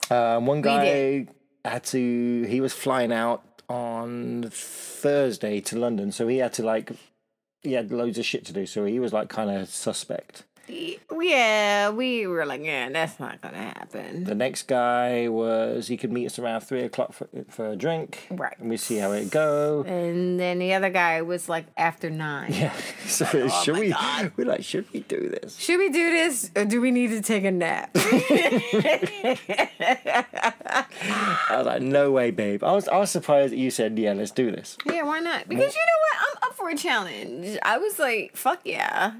Speaker 2: Um, one guy
Speaker 1: did.
Speaker 2: had to, he was flying out on Thursday to London. So he had to, like, he had loads of shit to do. So he was, like, kind of suspect.
Speaker 1: Yeah, we were like, yeah, that's not gonna happen.
Speaker 2: The next guy was, he could meet us around three o'clock for, for a drink.
Speaker 1: Right.
Speaker 2: And we see how it go.
Speaker 1: And then the other guy was like, after nine.
Speaker 2: Yeah. So
Speaker 1: Oh
Speaker 2: should we, we're like, should we do this?
Speaker 1: Should we do this or do we need to take a nap?
Speaker 2: I was like, no way, babe. I was, I was surprised that you said, yeah, let's do this.
Speaker 1: yeah, why not? Because you know what? I'm up for a challenge. I was like, fuck yeah.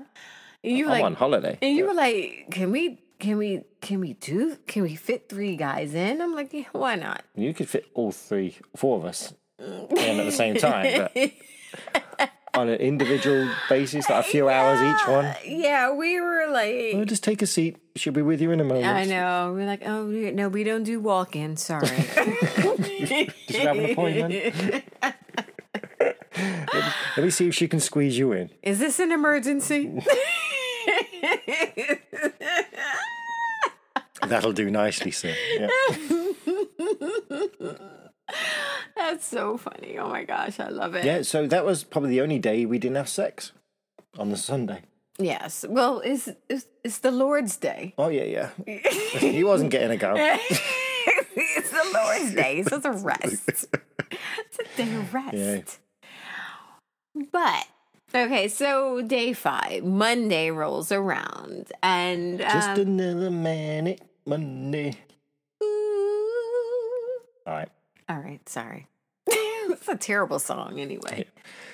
Speaker 1: And you were
Speaker 2: I'm on
Speaker 1: like,
Speaker 2: holiday.
Speaker 1: and you were like, can we, can we, can we do, can we fit three guys in? I'm like, yeah, why not?
Speaker 2: You could fit all three, four of us in at the same time, but on an individual basis, like a few hours each one.
Speaker 1: Yeah, we were
Speaker 2: Oh,
Speaker 1: like,
Speaker 2: just take a seat. She'll be with you in a moment.
Speaker 1: I know. We're like, oh we- no, we don't do walk in. Sorry.
Speaker 2: Just have an appointment. Let me see if she can squeeze you in.
Speaker 1: Is this an emergency?
Speaker 2: That'll do nicely, sir. Yeah.
Speaker 1: That's so funny. Oh my gosh, I love it.
Speaker 2: yeah, so that was probably the only day we didn't have sex on the Sunday.
Speaker 1: Yes. Well, it's, it's it's the Lord's Day.
Speaker 2: Oh, yeah, yeah. he wasn't getting a go.
Speaker 1: it's the Lord's Day, so it's a rest. It's a day of rest. But okay, so day five, Monday rolls around, and um,
Speaker 2: Just another manic Monday.
Speaker 1: ooh.
Speaker 2: All right.
Speaker 1: all right, sorry. it's a terrible song, anyway.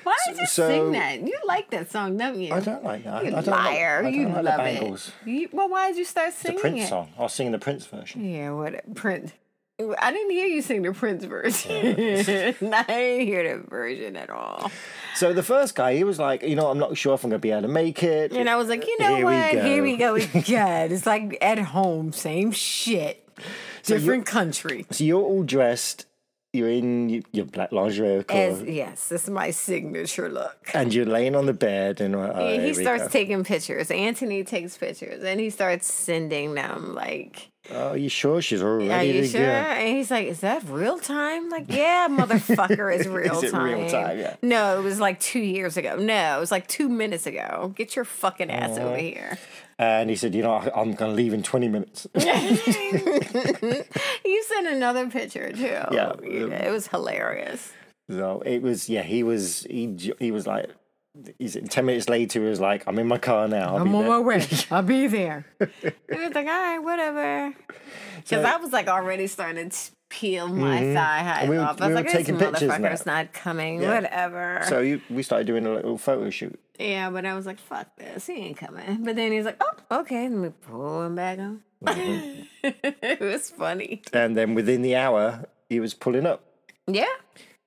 Speaker 1: Why did you
Speaker 2: so-
Speaker 1: sing that? You like that song, don't you?
Speaker 2: I don't like that.
Speaker 1: You
Speaker 2: I don't
Speaker 1: liar!
Speaker 2: Like, I don't
Speaker 1: you
Speaker 2: like the
Speaker 1: love
Speaker 2: Bangles.
Speaker 1: it. You, well, why did you start
Speaker 2: the
Speaker 1: singing
Speaker 2: Prince
Speaker 1: it?
Speaker 2: song. I was singing the Prince version.
Speaker 1: Yeah, what a print. I didn't hear you sing the Prince version. I didn't hear that version at all.
Speaker 2: So the first guy, he was like, you know, I'm not sure if I'm gonna be able to make it.
Speaker 1: And I was like, you know
Speaker 2: Here we
Speaker 1: what?
Speaker 2: go.
Speaker 1: Here we go again. It's like at home, same shit,
Speaker 2: you're-
Speaker 1: different country.
Speaker 2: So you're all dressed. You're in y- your black lingerie, of
Speaker 1: As
Speaker 2: course,
Speaker 1: yes, this is my signature look.
Speaker 2: and you're laying on the bed, and we're like, oh,
Speaker 1: Yeah, he
Speaker 2: here we
Speaker 1: starts
Speaker 2: go.
Speaker 1: taking pictures. Anthony takes pictures, and he starts sending them like.
Speaker 2: Oh, you sure she's already
Speaker 1: Are you
Speaker 2: to
Speaker 1: sure?
Speaker 2: go?
Speaker 1: And he's like, Is that real time? Like, yeah, motherfucker, it's real
Speaker 2: it
Speaker 1: time.
Speaker 2: real time? Yeah.
Speaker 1: No, it was like two years ago. No, it was like two minutes ago. Get your fucking ass over here.
Speaker 2: And he said, you know, I- I'm gonna leave in 20 minutes.
Speaker 1: You sent another picture too.
Speaker 2: Yeah.
Speaker 1: You know, It was hilarious.
Speaker 2: so it was, yeah, he was, he j- he was like, he's 10 minutes later. He was like, I'm in my car now. I'll be there."
Speaker 1: way. I'll be there. it was like, all right, whatever. Because I was like already starting to peel my thigh high
Speaker 2: Mm-hmm. And we were-
Speaker 1: off. I
Speaker 2: we
Speaker 1: was
Speaker 2: were
Speaker 1: like, this
Speaker 2: taking pictures now.
Speaker 1: motherfucker's not coming. Whatever.
Speaker 2: So you, we started doing a little photo shoot.
Speaker 1: Yeah, but I was like, fuck this, he ain't coming. But then he's like, oh, okay, and we pull him back on. it was funny.
Speaker 2: And then within the hour, he was pulling up.
Speaker 1: Yeah.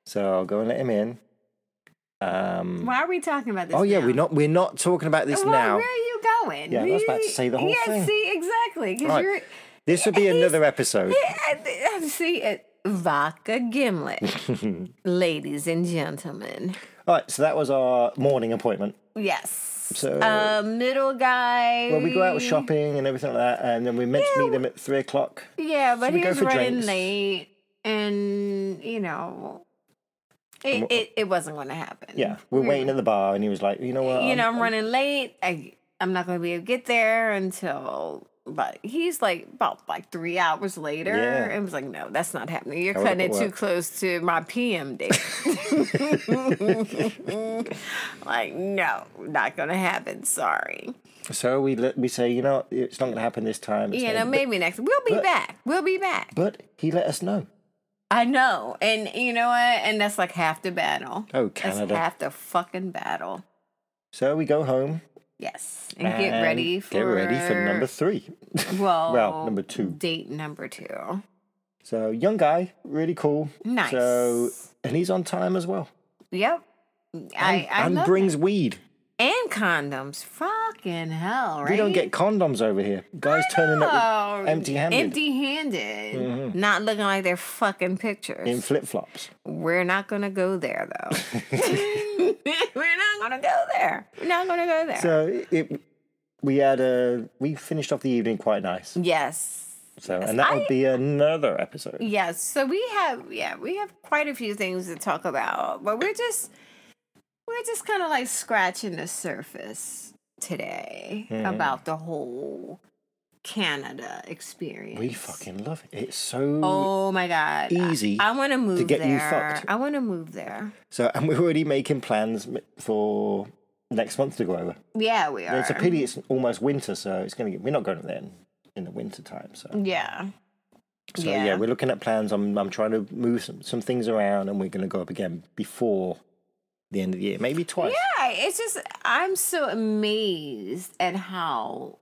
Speaker 2: So I'll go and let him in. Um,
Speaker 1: Why are we talking about this?
Speaker 2: oh yeah,
Speaker 1: now?
Speaker 2: we're not we're not talking about this
Speaker 1: Well,
Speaker 2: now.
Speaker 1: where are you going?
Speaker 2: Yeah, I was about to say the whole
Speaker 1: yeah,
Speaker 2: thing.
Speaker 1: see, exactly. Because
Speaker 2: Right.
Speaker 1: you're.
Speaker 2: This would be another episode.
Speaker 1: I, I, see, it. Vodka Gimlet, ladies and gentlemen.
Speaker 2: All right, so that was our morning appointment.
Speaker 1: Yes.
Speaker 2: So-
Speaker 1: uh, middle guy.
Speaker 2: Well, we go out shopping and everything like that, and then we meant to meet them at three o'clock.
Speaker 1: Yeah, but
Speaker 2: we
Speaker 1: he
Speaker 2: go
Speaker 1: was
Speaker 2: for
Speaker 1: running
Speaker 2: drinks?
Speaker 1: late, and you know, it it, it wasn't going to happen.
Speaker 2: Yeah, um, we're waiting at the bar, and he was like, "You know what?
Speaker 1: you
Speaker 2: I'm-
Speaker 1: know, I'm running late. I I'm not going to be able to get there until. But he's like about like three hours later,
Speaker 2: Yeah.
Speaker 1: and was like, "No, that's not happening. You're
Speaker 2: I was
Speaker 1: cutting it
Speaker 2: up at
Speaker 1: too
Speaker 2: work.
Speaker 1: close to my PM date." like, no, not going to happen. Sorry.
Speaker 2: So we let, we say, "You know, it's not going to happen this time." It's
Speaker 1: You
Speaker 2: gonna-
Speaker 1: know, maybe next. We'll be back. We'll be back.
Speaker 2: But he let us know.
Speaker 1: I know, and you know what? And that's like half the battle.
Speaker 2: Oh,
Speaker 1: That's
Speaker 2: Canada.
Speaker 1: half the fucking battle.
Speaker 2: So we go home
Speaker 1: Yes, and, get ready for
Speaker 2: get ready for number three.
Speaker 1: well,
Speaker 2: well, number two.
Speaker 1: date number two.
Speaker 2: So young guy, really cool.
Speaker 1: Nice.
Speaker 2: So and he's on time as well,
Speaker 1: Yep. I, I
Speaker 2: and
Speaker 1: love
Speaker 2: brings weed.
Speaker 1: it. and condoms. Fucking hell, right?
Speaker 2: We don't get condoms over here. Guys turning up
Speaker 1: Oh,
Speaker 2: with empty-handed Mm-hmm.
Speaker 1: Empty-handed. Not looking like their fucking pictures.
Speaker 2: in flip flops.
Speaker 1: We're not gonna go there though. We're not gonna go there. We're not gonna go there.
Speaker 2: So it, we had a we finished off the evening quite nice.
Speaker 1: yes.
Speaker 2: So and that would be another episode.
Speaker 1: Yes. So we have yeah, we have quite a few things to talk about, but we're just we're just kind of like scratching the surface today
Speaker 2: Mm-hmm.
Speaker 1: about the whole Canada experience.
Speaker 2: We fucking love it. It's so
Speaker 1: Oh my god.
Speaker 2: Easy
Speaker 1: I, want to move
Speaker 2: get
Speaker 1: there.
Speaker 2: you fucked.
Speaker 1: I want to move there.
Speaker 2: so, and we're already making plans m- for next month to go over.
Speaker 1: Yeah, we are.
Speaker 2: It's a pity it's almost winter, so it's gonna get. We're not going then in the winter time. So,
Speaker 1: yeah.
Speaker 2: so yeah.
Speaker 1: Mm, Yeah.
Speaker 2: we're looking at plans. I'm I'm trying to move some, some things around, and we're gonna go up again before the end of the year, maybe twice.
Speaker 1: Yeah, it's just I'm so amazed at how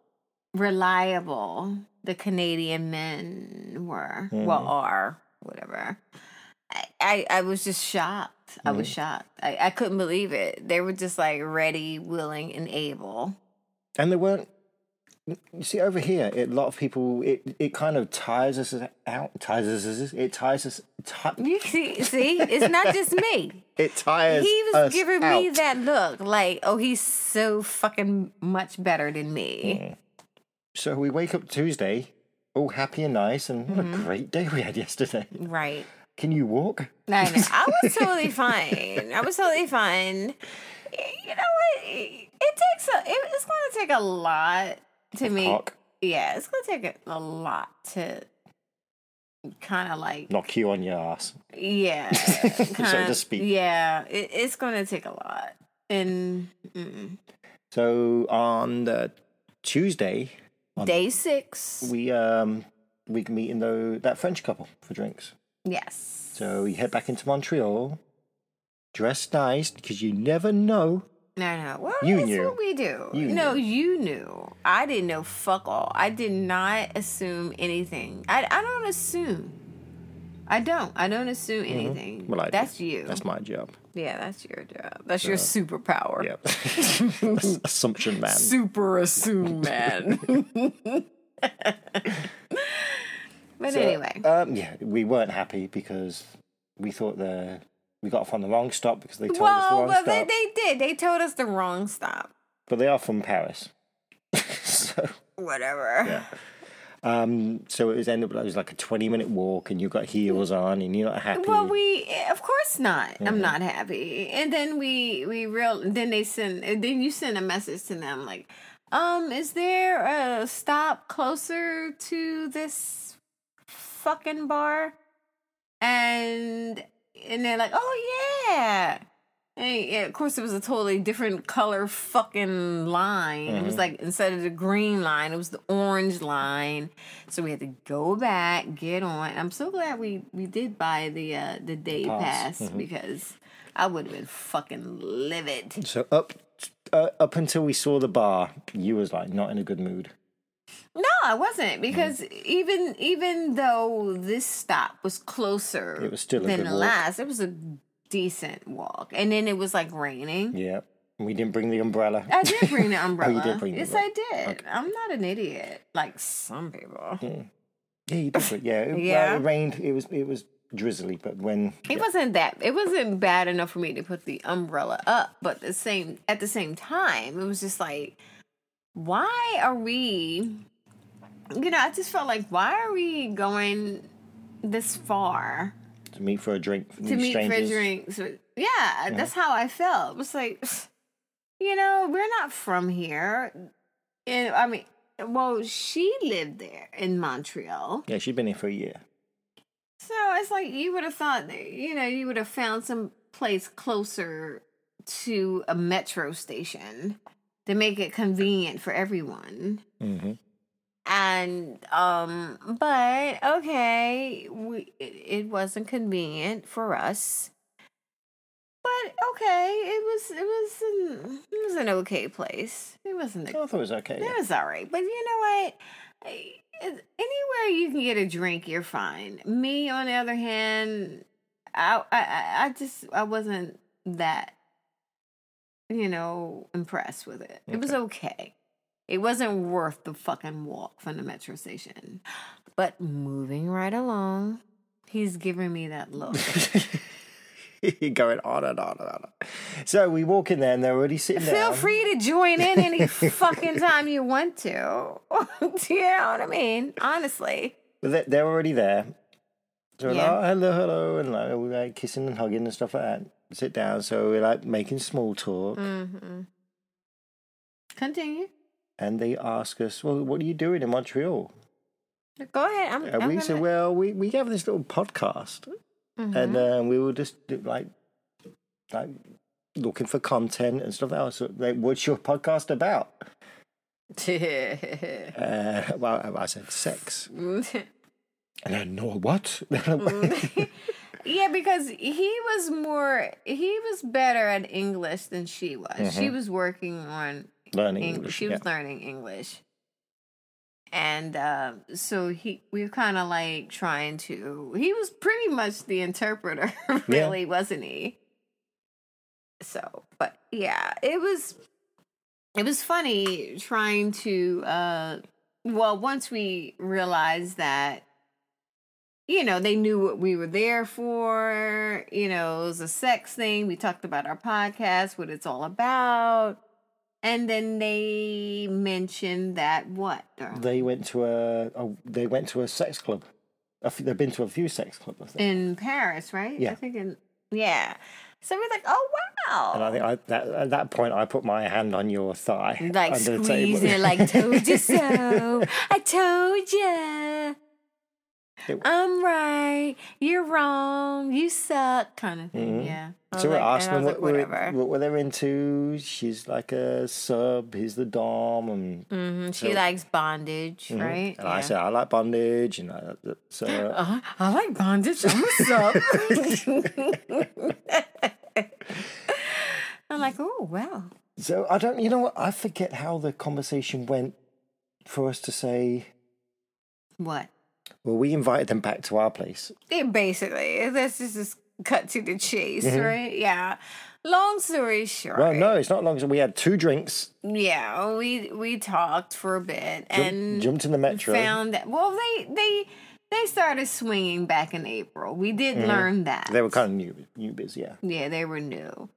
Speaker 1: reliable the Canadian men were. Well,
Speaker 2: Mm-hmm.
Speaker 1: are whatever. I, I I was just shocked. I
Speaker 2: Mm-hmm.
Speaker 1: was shocked. I, I couldn't believe it. They were just like ready, willing, and able.
Speaker 2: and there weren't. You see, over here, it, a lot of people. It it kind of tires us out. Tires us. It tires us. Ti-
Speaker 1: You see, see, it's not just me.
Speaker 2: it tires.
Speaker 1: He was
Speaker 2: us
Speaker 1: giving me
Speaker 2: out.
Speaker 1: that look, like, oh, he's so fucking much better than me.
Speaker 2: So we wake up Tuesday, all happy and nice, and what
Speaker 1: Mm-hmm.
Speaker 2: a great day we had yesterday.
Speaker 1: Right.
Speaker 2: Can you walk?
Speaker 1: I know. I was totally fine. I was totally fine. Y- You know what? It takes a. It, it's going to take a lot to make.
Speaker 2: Park,
Speaker 1: Yeah, it's going to take a, a lot to kind of like.
Speaker 2: knock you on your ass.
Speaker 1: Yeah,
Speaker 2: So to
Speaker 1: kinda-
Speaker 2: speak.
Speaker 1: Yeah, it, it's going to take a lot. And mm,
Speaker 2: So on the Tuesday,
Speaker 1: day six.
Speaker 2: we um we can meet in the, that French couple for drinks.
Speaker 1: yes.
Speaker 2: So we head back into Montreal, dressed nice because you never know.
Speaker 1: No, no. Well,
Speaker 2: You
Speaker 1: that's
Speaker 2: knew.
Speaker 1: what we do.
Speaker 2: You
Speaker 1: no, you knew. I didn't know fuck all. I did not assume anything. I, I don't assume. I don't. I don't assume anything.
Speaker 2: Mm-hmm. Well, I do.
Speaker 1: that's you.
Speaker 2: That's my job.
Speaker 1: yeah, that's your job. That's your superpower.
Speaker 2: Yeah. Assumption man.
Speaker 1: Super assume man. but
Speaker 2: So,
Speaker 1: anyway,
Speaker 2: Um, yeah, we weren't happy because we thought the we got off on the wrong stop because they told us the
Speaker 1: well,
Speaker 2: wrong
Speaker 1: but
Speaker 2: stop.
Speaker 1: they, they did. They told us the wrong stop.
Speaker 2: But they are from Paris. so
Speaker 1: Whatever.
Speaker 2: um, so it was ended up it was like a twenty minute walk and you got heels on and you're not happy.
Speaker 1: Well, we eh, of course not. I'm not happy. And then we we real then they send and then you send a message to them like, um, is there a stop closer to this fucking bar? And and they're like, oh yeah. And yeah, of course, it was a totally different color fucking line. It was
Speaker 2: Mm-hmm.
Speaker 1: like instead of the green line, it was the orange line. So we had to go back, get on. I'm so glad we we did buy the uh, the day pass,
Speaker 2: Pass. Mm-hmm.
Speaker 1: because I would have been fucking livid.
Speaker 2: so up uh, up until we saw the bar, you was like not in a good mood.
Speaker 1: No, I wasn't because
Speaker 2: Mm-hmm.
Speaker 1: even even though this stop was closer
Speaker 2: It was still a
Speaker 1: than
Speaker 2: good
Speaker 1: the
Speaker 2: walk.
Speaker 1: last, it was a decent walk, and then it was like raining.
Speaker 2: Yeah. And we didn't bring the umbrella.
Speaker 1: I did bring the umbrella.
Speaker 2: Oh, did bring the
Speaker 1: yes,
Speaker 2: umbrella.
Speaker 1: I did. I'm not an idiot like some people.
Speaker 2: yeah, you did. But yeah, it, well,
Speaker 1: Yeah.
Speaker 2: it rained. It was it was drizzly, but when
Speaker 1: It wasn't that. It wasn't bad enough for me to put the umbrella up, but the same at the same time, it was just like, why are we? You know, I just felt like, why are we going this far
Speaker 2: to meet for a drink
Speaker 1: to meet for drinks? with- Yeah, that's how I felt. It was like, you know, we're not from here. And I mean, well, she lived there in Montreal.
Speaker 2: Yeah, she'd been here for a year.
Speaker 1: So it's like you would have thought that you know you would have found some place closer to a metro station to make it convenient for everyone.
Speaker 2: Mm-hmm.
Speaker 1: And um, but okay, we it, it wasn't convenient for us. But okay, it was it was an, it was an okay place. It wasn't a
Speaker 2: I thought it was okay.
Speaker 1: that was all right. But you know what? I- it- Anywhere you can get a drink, you're fine. Me, on the other hand, I I- I, I just I wasn't that you know impressed with it. It was okay. It wasn't worth the fucking walk from the metro station. But moving right along, he's giving me that look.
Speaker 2: Going on and on and on. So we walk in there and they're already sitting
Speaker 1: Feel
Speaker 2: down.
Speaker 1: free to join in any fucking time you want to. you know what I mean? Honestly.
Speaker 2: But they- they're already there. So we're like,
Speaker 1: Yeah.
Speaker 2: "Oh, hello, hello, and like, we're like kissing and hugging and stuff like that. Sit down. So we're like making small talk,
Speaker 1: Mm-hmm. Continue.
Speaker 2: and they ask us, "Well, what are you doing in Montreal?"
Speaker 1: Go ahead. I'm, Mm, I'm
Speaker 2: And we
Speaker 1: gonna, Mm-hmm.
Speaker 2: said, "Well, we we have this little podcast, and um, we were just do- like like looking for content and stuff else. So, like, what's your podcast about?" Uh, well, I said sex, and I know what.
Speaker 1: Mm. yeah, because he was more, he was better at English than she was. She was working on
Speaker 2: Learning
Speaker 1: Eng-
Speaker 2: English.
Speaker 1: She was
Speaker 2: yeah.
Speaker 1: learning English, and uh, so he we were kind of like trying to. He was pretty much the interpreter, really, wasn't he? So, but yeah, it was it was funny trying to. uh Well, once we realized that. You know, they knew what we were there for. You know, it was a sex thing. We talked about our podcast, what it's all about. And then they mentioned that what? Darling?
Speaker 2: They went to a, a they went to a sex club. A f- they've been to a few sex clubs, I think.
Speaker 1: in Paris, right? I
Speaker 2: Yeah.
Speaker 1: think in yeah. So we're like, oh
Speaker 2: And I
Speaker 1: wow.
Speaker 2: think I, that, at that point, I put my hand on your thigh,
Speaker 1: Like
Speaker 2: under the
Speaker 1: squeeze
Speaker 2: table.
Speaker 1: it, like told you so. I told you.
Speaker 2: It-
Speaker 1: I'm right. You're wrong. You suck, kind of thing.
Speaker 2: Mhm.
Speaker 1: Yeah. I was
Speaker 2: So we're
Speaker 1: like- and I
Speaker 2: asking them
Speaker 1: was
Speaker 2: what,
Speaker 1: like,
Speaker 2: we're, what were they're into. She's like a sub. He's the dom, and
Speaker 1: Mhm, She
Speaker 2: so- Mm-hmm.
Speaker 1: likes bondage, Mm, right?
Speaker 2: and I said I like bondage, and I, so
Speaker 1: Uh, I like bondage. I'm a sub. I'm like, oh wow.
Speaker 2: so I don't. You know what? I forget how the conversation went for us to say.
Speaker 1: What?
Speaker 2: Well, we invited them back to our place.
Speaker 1: Yeah, basically, this is just cut to the chase, right? Yeah. Long story short,
Speaker 2: Mm-hmm. Well, no, it's not long. So we had two drinks,
Speaker 1: yeah, we we talked for a bit and
Speaker 2: jumped in the metro.
Speaker 1: found that well, they they they started swinging back in April. We did learn that
Speaker 2: Mm-hmm. they were kind of new, newbies, yeah.
Speaker 1: yeah, they were new.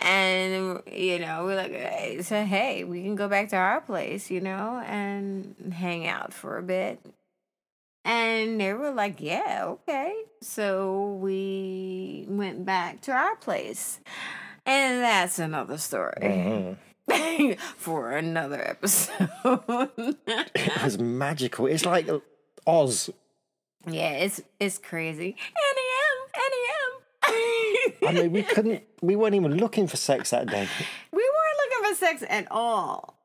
Speaker 1: And you know, we're like, hey, so hey, we can go back to our place, you know, and hang out for a bit. And they were like, yeah, okay. So we went back to our place. And that's another story. for another episode.
Speaker 2: It was magical. It's like Oz.
Speaker 1: yeah, it's it's crazy. NEM, NEM.
Speaker 2: I mean, we couldn't, we weren't even looking for sex that day.
Speaker 1: We weren't looking for sex at all.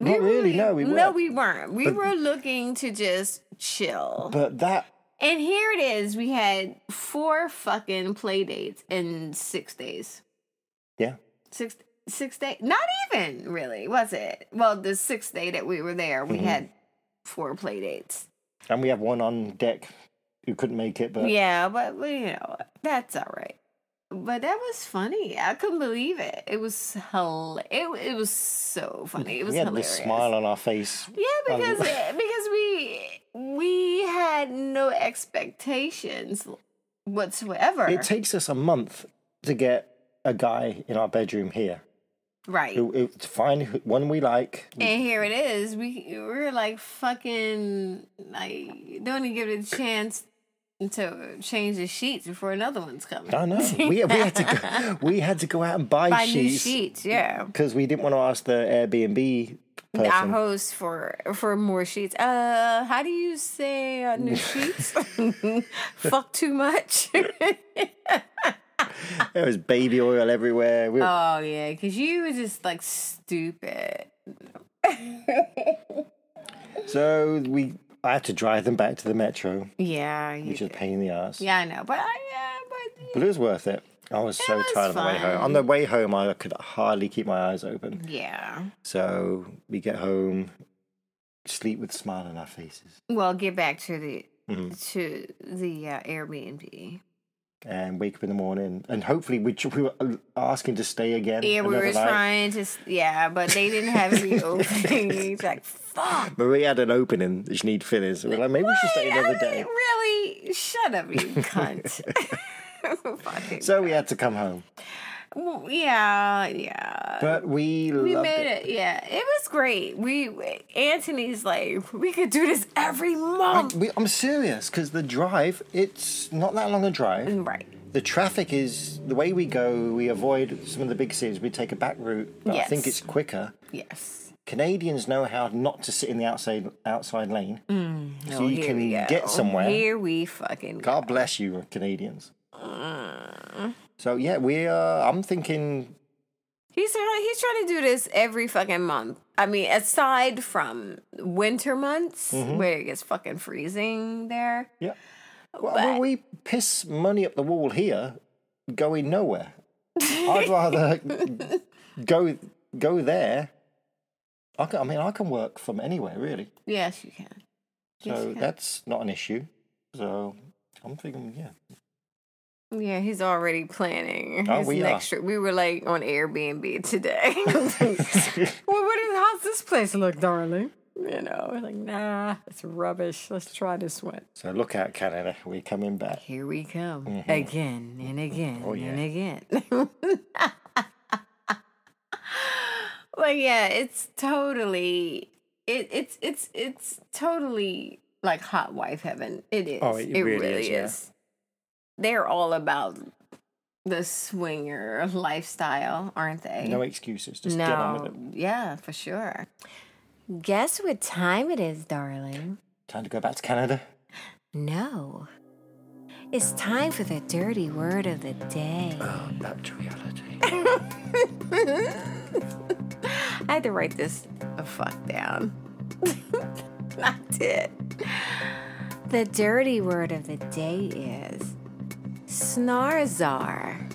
Speaker 1: We
Speaker 2: Not really, no, we
Speaker 1: No,
Speaker 2: weren't.
Speaker 1: we weren't. We were looking to just chill.
Speaker 2: But that,
Speaker 1: and here it is. We had four fucking play dates in six days.
Speaker 2: yeah.
Speaker 1: Six six day not even really, was it? Well, the sixth day that we were there,
Speaker 2: Mm-hmm.
Speaker 1: we had four play dates.
Speaker 2: And we have one on deck who couldn't make it, but
Speaker 1: Yeah, but well, you know, that's all right. But that was funny. I couldn't believe it. It was hell. It, it was so funny. It was
Speaker 2: we had
Speaker 1: hilarious.
Speaker 2: this smile on our face.
Speaker 1: Yeah,
Speaker 2: Um,
Speaker 1: because eh, because we we had no expectations whatsoever.
Speaker 2: It takes us a month to get a guy in our bedroom here
Speaker 1: right.
Speaker 2: who, who- to find who- one we like.
Speaker 1: and here it is. We we're like fucking like don't even give it a chance to change the sheets before another one's coming.
Speaker 2: I know. We, we had to go. We had to go out and buy,
Speaker 1: Buy new
Speaker 2: sheets
Speaker 1: sheets, yeah.
Speaker 2: because we didn't want to ask the Airbnb
Speaker 1: Our
Speaker 2: person.
Speaker 1: host for for more sheets. Uh, how do you say uh, new sheets? Fuck too much.
Speaker 2: There was baby oil everywhere. We were,
Speaker 1: Oh yeah, because you were just like stupid. Oh.
Speaker 2: so we, I had to drive them back to the metro,
Speaker 1: Yeah, you
Speaker 2: which was a
Speaker 1: did.
Speaker 2: pain in the ass.
Speaker 1: yeah, I know, but I yeah,
Speaker 2: But it was worth it. I was so
Speaker 1: was
Speaker 2: tired on the way home. On the way home, I could hardly keep my eyes open.
Speaker 1: but yeah.
Speaker 2: So we get home, sleep with a smile on our faces,
Speaker 1: Well, get back to the
Speaker 2: Mm-hmm.
Speaker 1: to the uh, Airbnb.
Speaker 2: and wake up in the morning. And hopefully, we, we were uh, asking to stay again.
Speaker 1: Yeah, we
Speaker 2: another
Speaker 1: were
Speaker 2: night.
Speaker 1: trying to s- yeah, but they didn't have any openings. Like fuck.
Speaker 2: Marie had an opening that she needed filling, so we're like, maybe we should stay
Speaker 1: Wait, I
Speaker 2: another day.
Speaker 1: Really, shut up, you cunt. Fucking-
Speaker 2: So we had to come home,
Speaker 1: Well, yeah, yeah.
Speaker 2: but we,
Speaker 1: We
Speaker 2: loved
Speaker 1: made
Speaker 2: it.
Speaker 1: it. Yeah, it was great. We Anthony's like we could do this every month.
Speaker 2: We, I'm serious because the drive—it's not that long a drive.
Speaker 1: right.
Speaker 2: The traffic is the way we go. We avoid some of the big cities. We take a back route, but I think
Speaker 1: Yes.
Speaker 2: it's quicker.
Speaker 1: Yes.
Speaker 2: Canadians know how not to sit in the outside outside lane, so
Speaker 1: Oh,
Speaker 2: you
Speaker 1: here
Speaker 2: can
Speaker 1: we go.
Speaker 2: get somewhere.
Speaker 1: Here we fucking go.
Speaker 2: God bless you, Canadians.
Speaker 1: Mm.
Speaker 2: So yeah, we are. I'm thinking
Speaker 1: He's trying, he's trying to do this every fucking month. I mean, aside from winter months where it gets fucking freezing there.
Speaker 2: Yeah. Well, well, we piss money up the wall here, going nowhere. I'd rather go go there. I, can, I mean, I can work from anywhere really,
Speaker 1: Yes, you can. Yes,
Speaker 2: so
Speaker 1: you can.
Speaker 2: that's not an issue. So I'm thinking, yeah,
Speaker 1: Yeah, he's already planning
Speaker 2: Oh,
Speaker 1: his
Speaker 2: we
Speaker 1: next trip. We were like on Airbnb today. well, what is how's this place look, darling? You know, we're like, nah, it's rubbish. Let's try this one.
Speaker 2: So look out, Canada. We're coming back.
Speaker 1: Here we come again and again
Speaker 2: Mm-hmm. Oh, yeah.
Speaker 1: and again. but yeah, it's totally it, it's it's it's totally like hot wife heaven. It is.
Speaker 2: Oh, it really is, yeah.
Speaker 1: They're all about the swinger lifestyle, aren't they?
Speaker 2: No excuses. Just get on with it.
Speaker 1: no. Yeah, for sure. Guess what time it is, darling?
Speaker 2: Time to go back to Canada.
Speaker 1: No. It's time for the dirty word of the day.
Speaker 2: Oh, back to reality.
Speaker 1: I had to write this the fuck down. I did. The dirty word of the day is snarzar.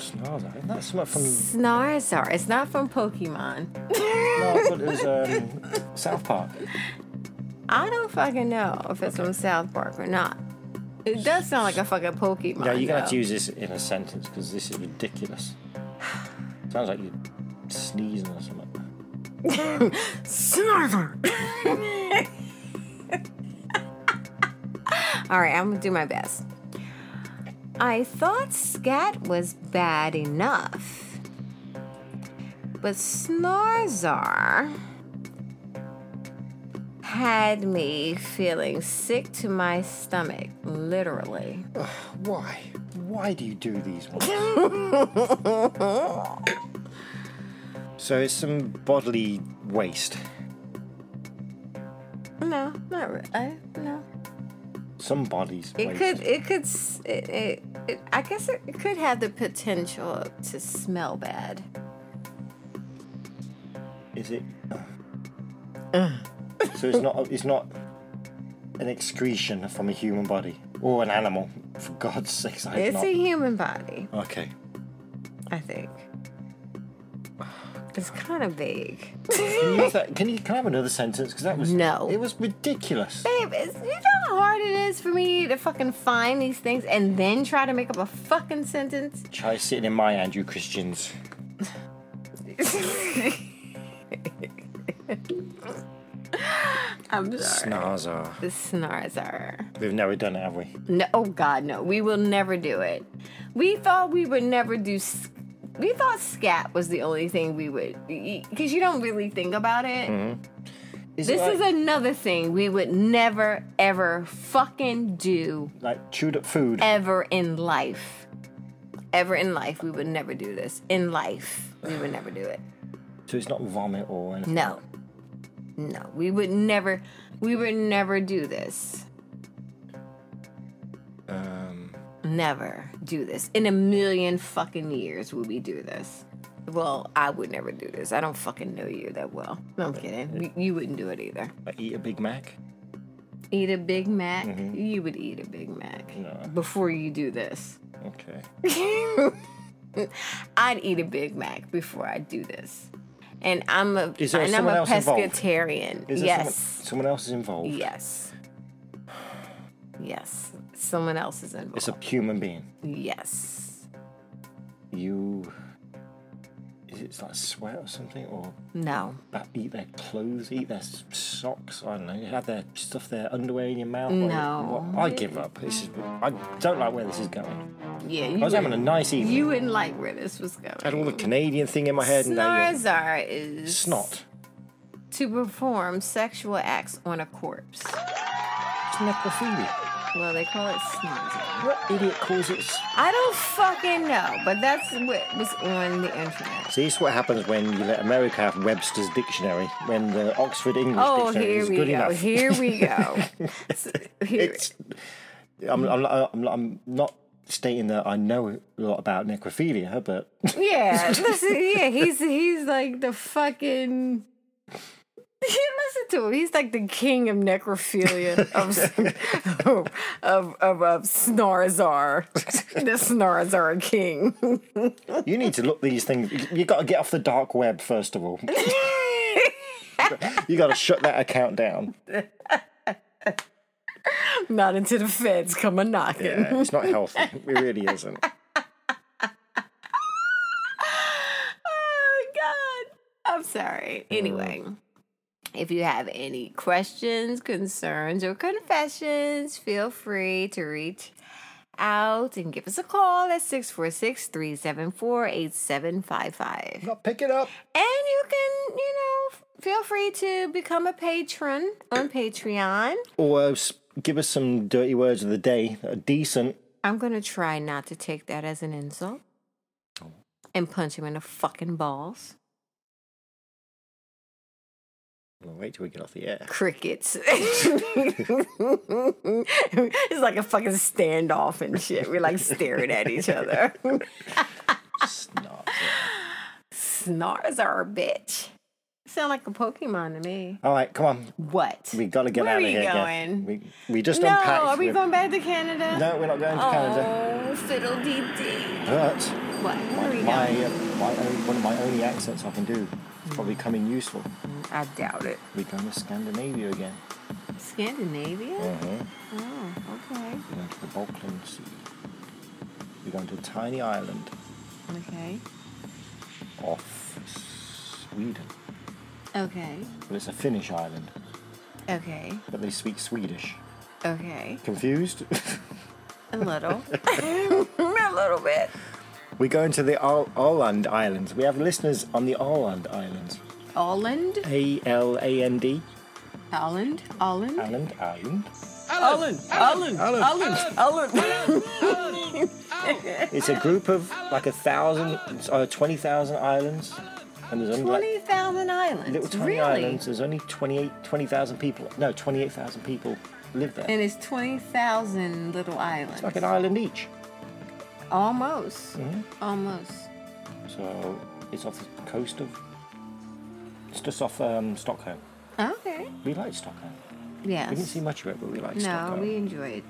Speaker 2: Snarls. Isn't that something from?
Speaker 1: Snarzar. It's not from Pokemon.
Speaker 2: No, I thought it was um, South Park.
Speaker 1: I don't fucking know if it's from South Park or not. It does sound like a fucking Pokemon.
Speaker 2: No, you're gonna have
Speaker 1: though.
Speaker 2: to use this in a sentence because this is ridiculous. Sounds like you're sneezing or something.
Speaker 1: Sniper. All right, I'm gonna do my best. I thought scat was bad enough, but Snorzar had me feeling sick to my stomach, literally.
Speaker 2: Why? Why do you do these ones? so it's some bodily waste.
Speaker 1: No, not really. I, no.
Speaker 2: Some bodies.
Speaker 1: It
Speaker 2: waste.
Speaker 1: could. It could. s- It, it, it, I guess it, it could have the potential to smell bad.
Speaker 2: Is it? Uh. so it's not. It's not an excretion from a human body or an animal. For God's sakes, I
Speaker 1: It's
Speaker 2: not.
Speaker 1: a human body,
Speaker 2: Okay.
Speaker 1: I think. It's kind of vague.
Speaker 2: Can you, use that, can you can I have another sentence? Because that was
Speaker 1: No.
Speaker 2: It was ridiculous.
Speaker 1: Babe, it's, you know how hard it is for me to fucking find these things and then try to make up a fucking sentence.
Speaker 2: Try sitting in my Andrew Christians.
Speaker 1: I'm sorry.
Speaker 2: Snazar.
Speaker 1: The snars are.
Speaker 2: We've never done it, have we?
Speaker 1: No, oh God, no. We will never do it. We thought we would never do. s- We thought scat was the only thing we would, because you don't really think about it.
Speaker 2: Is
Speaker 1: This
Speaker 2: it
Speaker 1: is
Speaker 2: like,
Speaker 1: another thing we would never, ever fucking do
Speaker 2: like chewed up food.
Speaker 1: ever in life. Ever in life, we would never do this. In life, we would never do it.
Speaker 2: So it's not vomit or anything.
Speaker 1: No. No, we would never, we would never do this.
Speaker 2: Um,
Speaker 1: Never do this. In a million fucking years would we do this. Well, I would never do this. I don't fucking know you that well. No, I'm kidding. You, you wouldn't do it either.
Speaker 2: like eat a Big Mac.
Speaker 1: Eat a Big Mac. You would eat a Big Mac
Speaker 2: No.
Speaker 1: before you do this.
Speaker 2: Okay.
Speaker 1: I'd eat a Big Mac before I do this. And I'm a
Speaker 2: Is there
Speaker 1: and I'm
Speaker 2: someone
Speaker 1: a
Speaker 2: else involved?
Speaker 1: pescatarian.
Speaker 2: Is there
Speaker 1: yes.
Speaker 2: Someone, someone else is involved.
Speaker 1: Yes. Yes. Someone else is involved.
Speaker 2: It's a human being.
Speaker 1: yes.
Speaker 2: You. Is it like sweat or something or
Speaker 1: No.
Speaker 2: ba- eat their clothes, eat their s- socks. I don't know. You have their stuff, their underwear in your mouth. or-
Speaker 1: No.
Speaker 2: or- I give up. This is. I don't like where this is going.
Speaker 1: Yeah, you
Speaker 2: I was having a
Speaker 1: wouldn't-
Speaker 2: nice evening.
Speaker 1: You wouldn't like where this was
Speaker 2: had
Speaker 1: going.
Speaker 2: all the Canadian thing in my head, and now you're
Speaker 1: Snarzar is
Speaker 2: snot.
Speaker 1: to perform sexual acts on a corpse.
Speaker 2: It's necrophilia.
Speaker 1: Well, they call it snarzar.
Speaker 2: What idiot calls it? s-
Speaker 1: I don't fucking know, but that's what was on the internet.
Speaker 2: See, this is what happens when you let America have Webster's dictionary when the Oxford English
Speaker 1: Oh,
Speaker 2: dictionary
Speaker 1: here
Speaker 2: is
Speaker 1: we go.
Speaker 2: good enough.
Speaker 1: Here we go. S- here-
Speaker 2: It's. I'm, I'm, not- I'm, not- I'm not stating that I know a lot about necrophilia, but
Speaker 1: Yeah, listen, yeah, he's he's like the fucking. listen to him. He's like the king of necrophilia of of of, of, of Snarzar, the Snarzar king.
Speaker 2: You need to look these things. You got to get off the dark web first of all. You got to shut that account down.
Speaker 1: Not until the feds come a knocking.
Speaker 2: Yeah, it's not healthy. It really isn't.
Speaker 1: Oh God, I'm sorry. Anyway. If you have any questions, concerns, or confessions, feel free to reach out and give us a call at 646 374 8755.
Speaker 2: Not pick it up.
Speaker 1: And you can, you know, feel free to become a patron on Patreon.
Speaker 2: Or uh, s- give us some dirty words of the day that are decent.
Speaker 1: I'm going to try not to take that as an insult and punch him in the fucking balls.
Speaker 2: Well, Oh, wait till we get off the air.
Speaker 1: crickets. it's like a fucking standoff and shit. We're like staring at each other.
Speaker 2: Snot.
Speaker 1: Snars are a bitch. Sound like a Pokemon to me.
Speaker 2: All right, come on.
Speaker 1: What?
Speaker 2: We gotta get
Speaker 1: Where
Speaker 2: out
Speaker 1: are
Speaker 2: of
Speaker 1: you
Speaker 2: here.
Speaker 1: going?
Speaker 2: Geth. We we just
Speaker 1: no,
Speaker 2: unpacked.
Speaker 1: are we
Speaker 2: We're-
Speaker 1: going back to Canada?
Speaker 2: No, we're not going to Canada.
Speaker 1: Oh, fiddle dee dee.
Speaker 2: But
Speaker 1: What? Where are we
Speaker 2: my,
Speaker 1: going?
Speaker 2: uh, my own, one of my only accents I can do is probably
Speaker 1: Hmm.
Speaker 2: coming useful.
Speaker 1: I doubt it.
Speaker 2: We're going to Scandinavia again.
Speaker 1: Scandinavia?
Speaker 2: Uh-huh.
Speaker 1: Oh, okay.
Speaker 2: We're going to the Balkan Sea. We're going to a tiny island
Speaker 1: Okay.
Speaker 2: off Sweden.
Speaker 1: Okay.
Speaker 2: But it's a Finnish island,
Speaker 1: Okay.
Speaker 2: but they speak Swedish.
Speaker 1: Okay.
Speaker 2: Confused?
Speaker 1: A little. a little bit.
Speaker 2: We're going to the Al- Åland Islands. We have listeners on the Åland Islands.
Speaker 1: Holland?
Speaker 2: A L A N D.
Speaker 1: Holland? Holland?
Speaker 2: Island, island.
Speaker 1: Holland? Holland? Holland? Holland?
Speaker 2: It's a group of like a thousand, uh, twenty thousand islands, and there's only like
Speaker 1: 20,000 islands.
Speaker 2: little tiny
Speaker 1: really?
Speaker 2: islands. There's only 28 20,000 people. No, twenty-eight thousand people live there.
Speaker 1: And it's 20,000 little islands.
Speaker 2: it's like an island each.
Speaker 1: Almost. Almost.
Speaker 2: So it's off the coast of. It's just off um, Stockholm.
Speaker 1: Okay.
Speaker 2: We like Stockholm.
Speaker 1: Yes.
Speaker 2: We didn't see much of it, but we like
Speaker 1: no,
Speaker 2: Stockholm.
Speaker 1: we enjoyed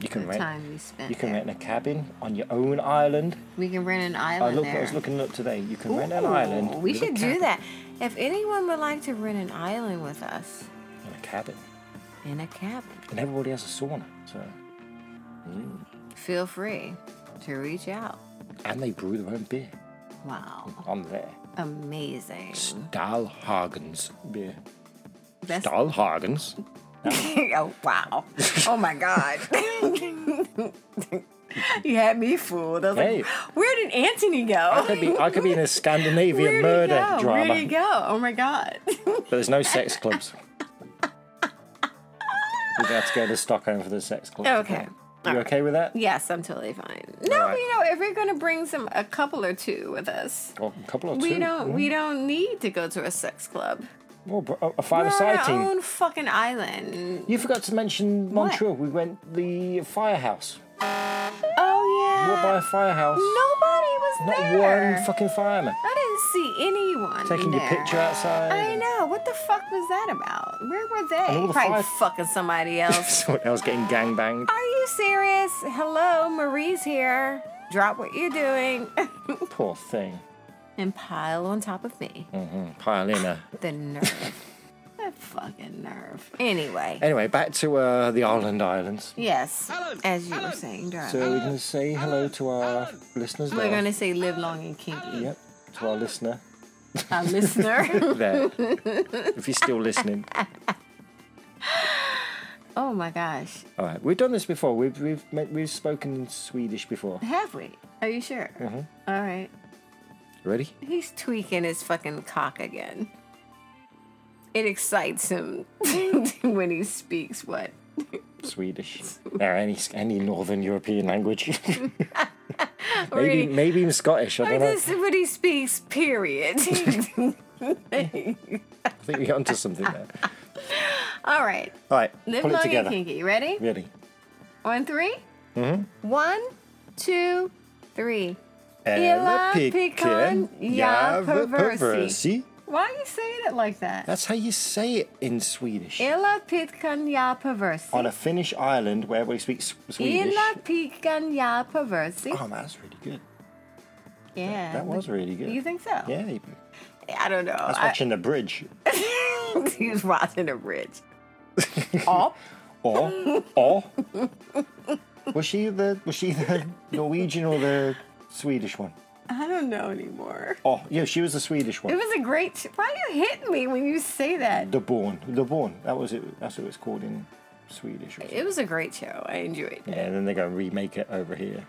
Speaker 2: you can
Speaker 1: the
Speaker 2: rent.
Speaker 1: time we spent.
Speaker 2: You can
Speaker 1: there.
Speaker 2: rent a cabin on your own island.
Speaker 1: We can rent an
Speaker 2: I,
Speaker 1: island
Speaker 2: Oh, look,
Speaker 1: there.
Speaker 2: I was looking up today. You can rent an
Speaker 1: Ooh,
Speaker 2: island.
Speaker 1: We
Speaker 2: with a
Speaker 1: should do
Speaker 2: cabin-
Speaker 1: that. If anyone would like to rent an island with us
Speaker 2: In a cabin.
Speaker 1: in a cabin,
Speaker 2: And everybody has a sauna. So,
Speaker 1: feel free to reach out.
Speaker 2: And they brew their own beer
Speaker 1: Wow.
Speaker 2: on there.
Speaker 1: Amazing.
Speaker 2: Stahlhagen's beer.
Speaker 1: That's,
Speaker 2: Stahlhagen's.
Speaker 1: oh, wow. Oh, my God. you had me fooled. I was
Speaker 2: Hey.
Speaker 1: like, where did Anthony go?
Speaker 2: I could be, I could be in a Scandinavian
Speaker 1: Where'd he
Speaker 2: murder
Speaker 1: go? Where'd he
Speaker 2: drama,
Speaker 1: go? Oh my god.
Speaker 2: but there's no sex clubs. We've got to go to Stockholm for the sex club.
Speaker 1: Okay.
Speaker 2: You okay with that?
Speaker 1: yes, I'm totally fine. No,
Speaker 2: Alright.
Speaker 1: you know, if we're gonna bring some a couple or two with us,
Speaker 2: Or a couple or two.
Speaker 1: we don't we don't need to go to a sex club.
Speaker 2: Or b- a
Speaker 1: We're on
Speaker 2: five-a-side
Speaker 1: our
Speaker 2: team.
Speaker 1: own fucking island.
Speaker 2: You forgot to mention Montreal. We went the firehouse.
Speaker 1: Oh
Speaker 2: What
Speaker 1: yeah.
Speaker 2: by a firehouse?
Speaker 1: Nobody was
Speaker 2: Not
Speaker 1: there.
Speaker 2: one fucking fireman.
Speaker 1: I didn't see anyone.
Speaker 2: Taking your
Speaker 1: there.
Speaker 2: picture outside.
Speaker 1: I know. What the fuck was that about? Where were
Speaker 2: all
Speaker 1: they?
Speaker 2: the
Speaker 1: Probably
Speaker 2: five-
Speaker 1: fucking somebody else.
Speaker 2: Someone else getting gangbanged.
Speaker 1: Are you serious? Hello, Marie's here. Drop what you're doing
Speaker 2: Poor thing.
Speaker 1: and pile on top of me.
Speaker 2: Mm, pile in her.
Speaker 1: The nerve. that fucking nerve. Anyway,
Speaker 2: Anyway, back to uh, the Island Islands.
Speaker 1: yes, as you were saying, darling.
Speaker 2: So we're going to say
Speaker 1: Oh.
Speaker 2: hello to our listeners
Speaker 1: we're
Speaker 2: there.
Speaker 1: going to say live long and kinky.
Speaker 2: Yep, to our listener
Speaker 1: A listener.
Speaker 2: there. if you're still listening.
Speaker 1: oh my gosh.
Speaker 2: All right, we've done this before. We've we've met, we've spoken in Swedish before.
Speaker 1: Have we? Are you sure?
Speaker 2: Mm-hmm.
Speaker 1: All right.
Speaker 2: Ready?
Speaker 1: He's tweaking his fucking cock again. It excites him when he speaks what?
Speaker 2: Swedish. Or any any Northern European language.
Speaker 1: Already-
Speaker 2: maybe maybe even Scottish. I
Speaker 1: Or
Speaker 2: don't know.
Speaker 1: just when he speaks, period.
Speaker 2: I think we got onto something there.
Speaker 1: All right.
Speaker 2: All right,
Speaker 1: Live
Speaker 2: pull it
Speaker 1: long and
Speaker 2: together.
Speaker 1: kinky. Ready?
Speaker 2: Ready?
Speaker 1: On three?
Speaker 2: Mm-hmm.
Speaker 1: One, two, three.
Speaker 2: Ella
Speaker 1: Pecan, ja, perversi.
Speaker 2: perversi.
Speaker 1: Why are you saying it like that?
Speaker 2: That's how you say it in Swedish.
Speaker 1: Illa pitkan ja perversi.
Speaker 2: On a Finnish island where everybody speaks Swedish.
Speaker 1: Illa pitkan ja perversi.
Speaker 2: Oh, man, that's really good.
Speaker 1: yeah.
Speaker 2: That was really good.
Speaker 1: You think so?
Speaker 2: Yeah, you-
Speaker 1: I don't know.
Speaker 2: I was watching The Bridge.
Speaker 1: I, he's watching a bridge. Up.
Speaker 2: Or, or. was she the was she the Norwegian or the Swedish one?
Speaker 1: I don't know anymore.
Speaker 2: Oh, yeah, she was the Swedish
Speaker 1: It
Speaker 2: one.
Speaker 1: was a great. sh- Why are you hitting me when you say that?
Speaker 2: The Born, the Born. That was it. That's what it's called in Swedish. or something.
Speaker 1: It was a great show. I enjoyed it.
Speaker 2: Yeah, and then they're gonna remake it over here.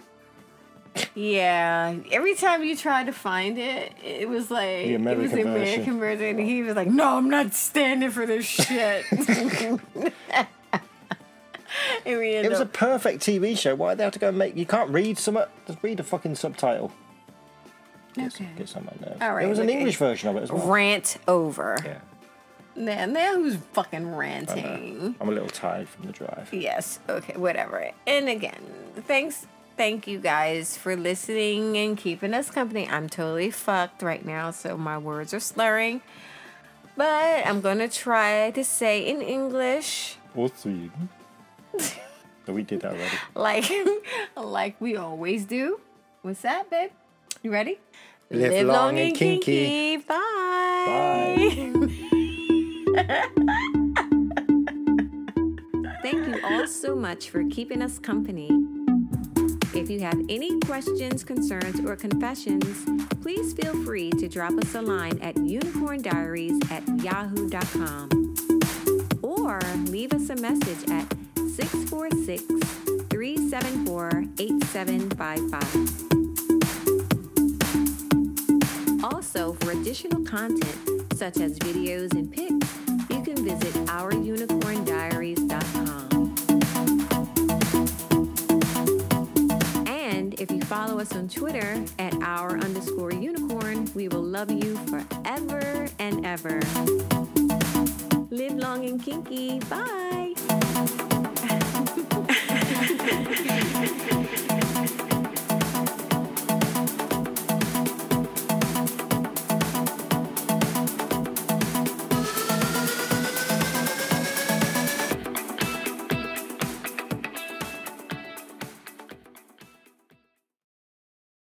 Speaker 1: Yeah. Every time you tried to find it, it was like
Speaker 2: The
Speaker 1: it was the
Speaker 2: American version.
Speaker 1: American version. And he was like, "No, I'm not standing for this shit." and we end
Speaker 2: It was a
Speaker 1: up,
Speaker 2: perfect TV show. Why they have to go and make? You can't read some. Just read a fucking subtitle.
Speaker 1: okay.
Speaker 2: Get some on there.
Speaker 1: All right,
Speaker 2: There was an
Speaker 1: okay.
Speaker 2: English version of it as well.
Speaker 1: rant over.
Speaker 2: yeah.
Speaker 1: Now, now who's fucking
Speaker 2: Uh,
Speaker 1: ranting?
Speaker 2: I'm a little tired from the drive.
Speaker 1: Yes. Okay. Whatever. And again, thanks. Thank you guys for listening and keeping us company. I'm totally fucked right now, so my words are slurring. But I'm gonna try to say in English,
Speaker 2: Or Sweden. No, we did that already.
Speaker 1: like like we always do. What's that, babe? You ready?
Speaker 2: Live long and kinky.
Speaker 1: Bye. Thank you all so much for keeping us company. If you have any questions, concerns, or confessions, please feel free to drop us a line at unicorndiaries at yahoo.com or leave us a message at 646 374 8755. Also, for additional content, such as videos and pics, you can visit ourunicorndiaries.com. And if you follow us on Twitter at our underscore unicorn, we will love you forever and ever. Live long and kinky. Bye.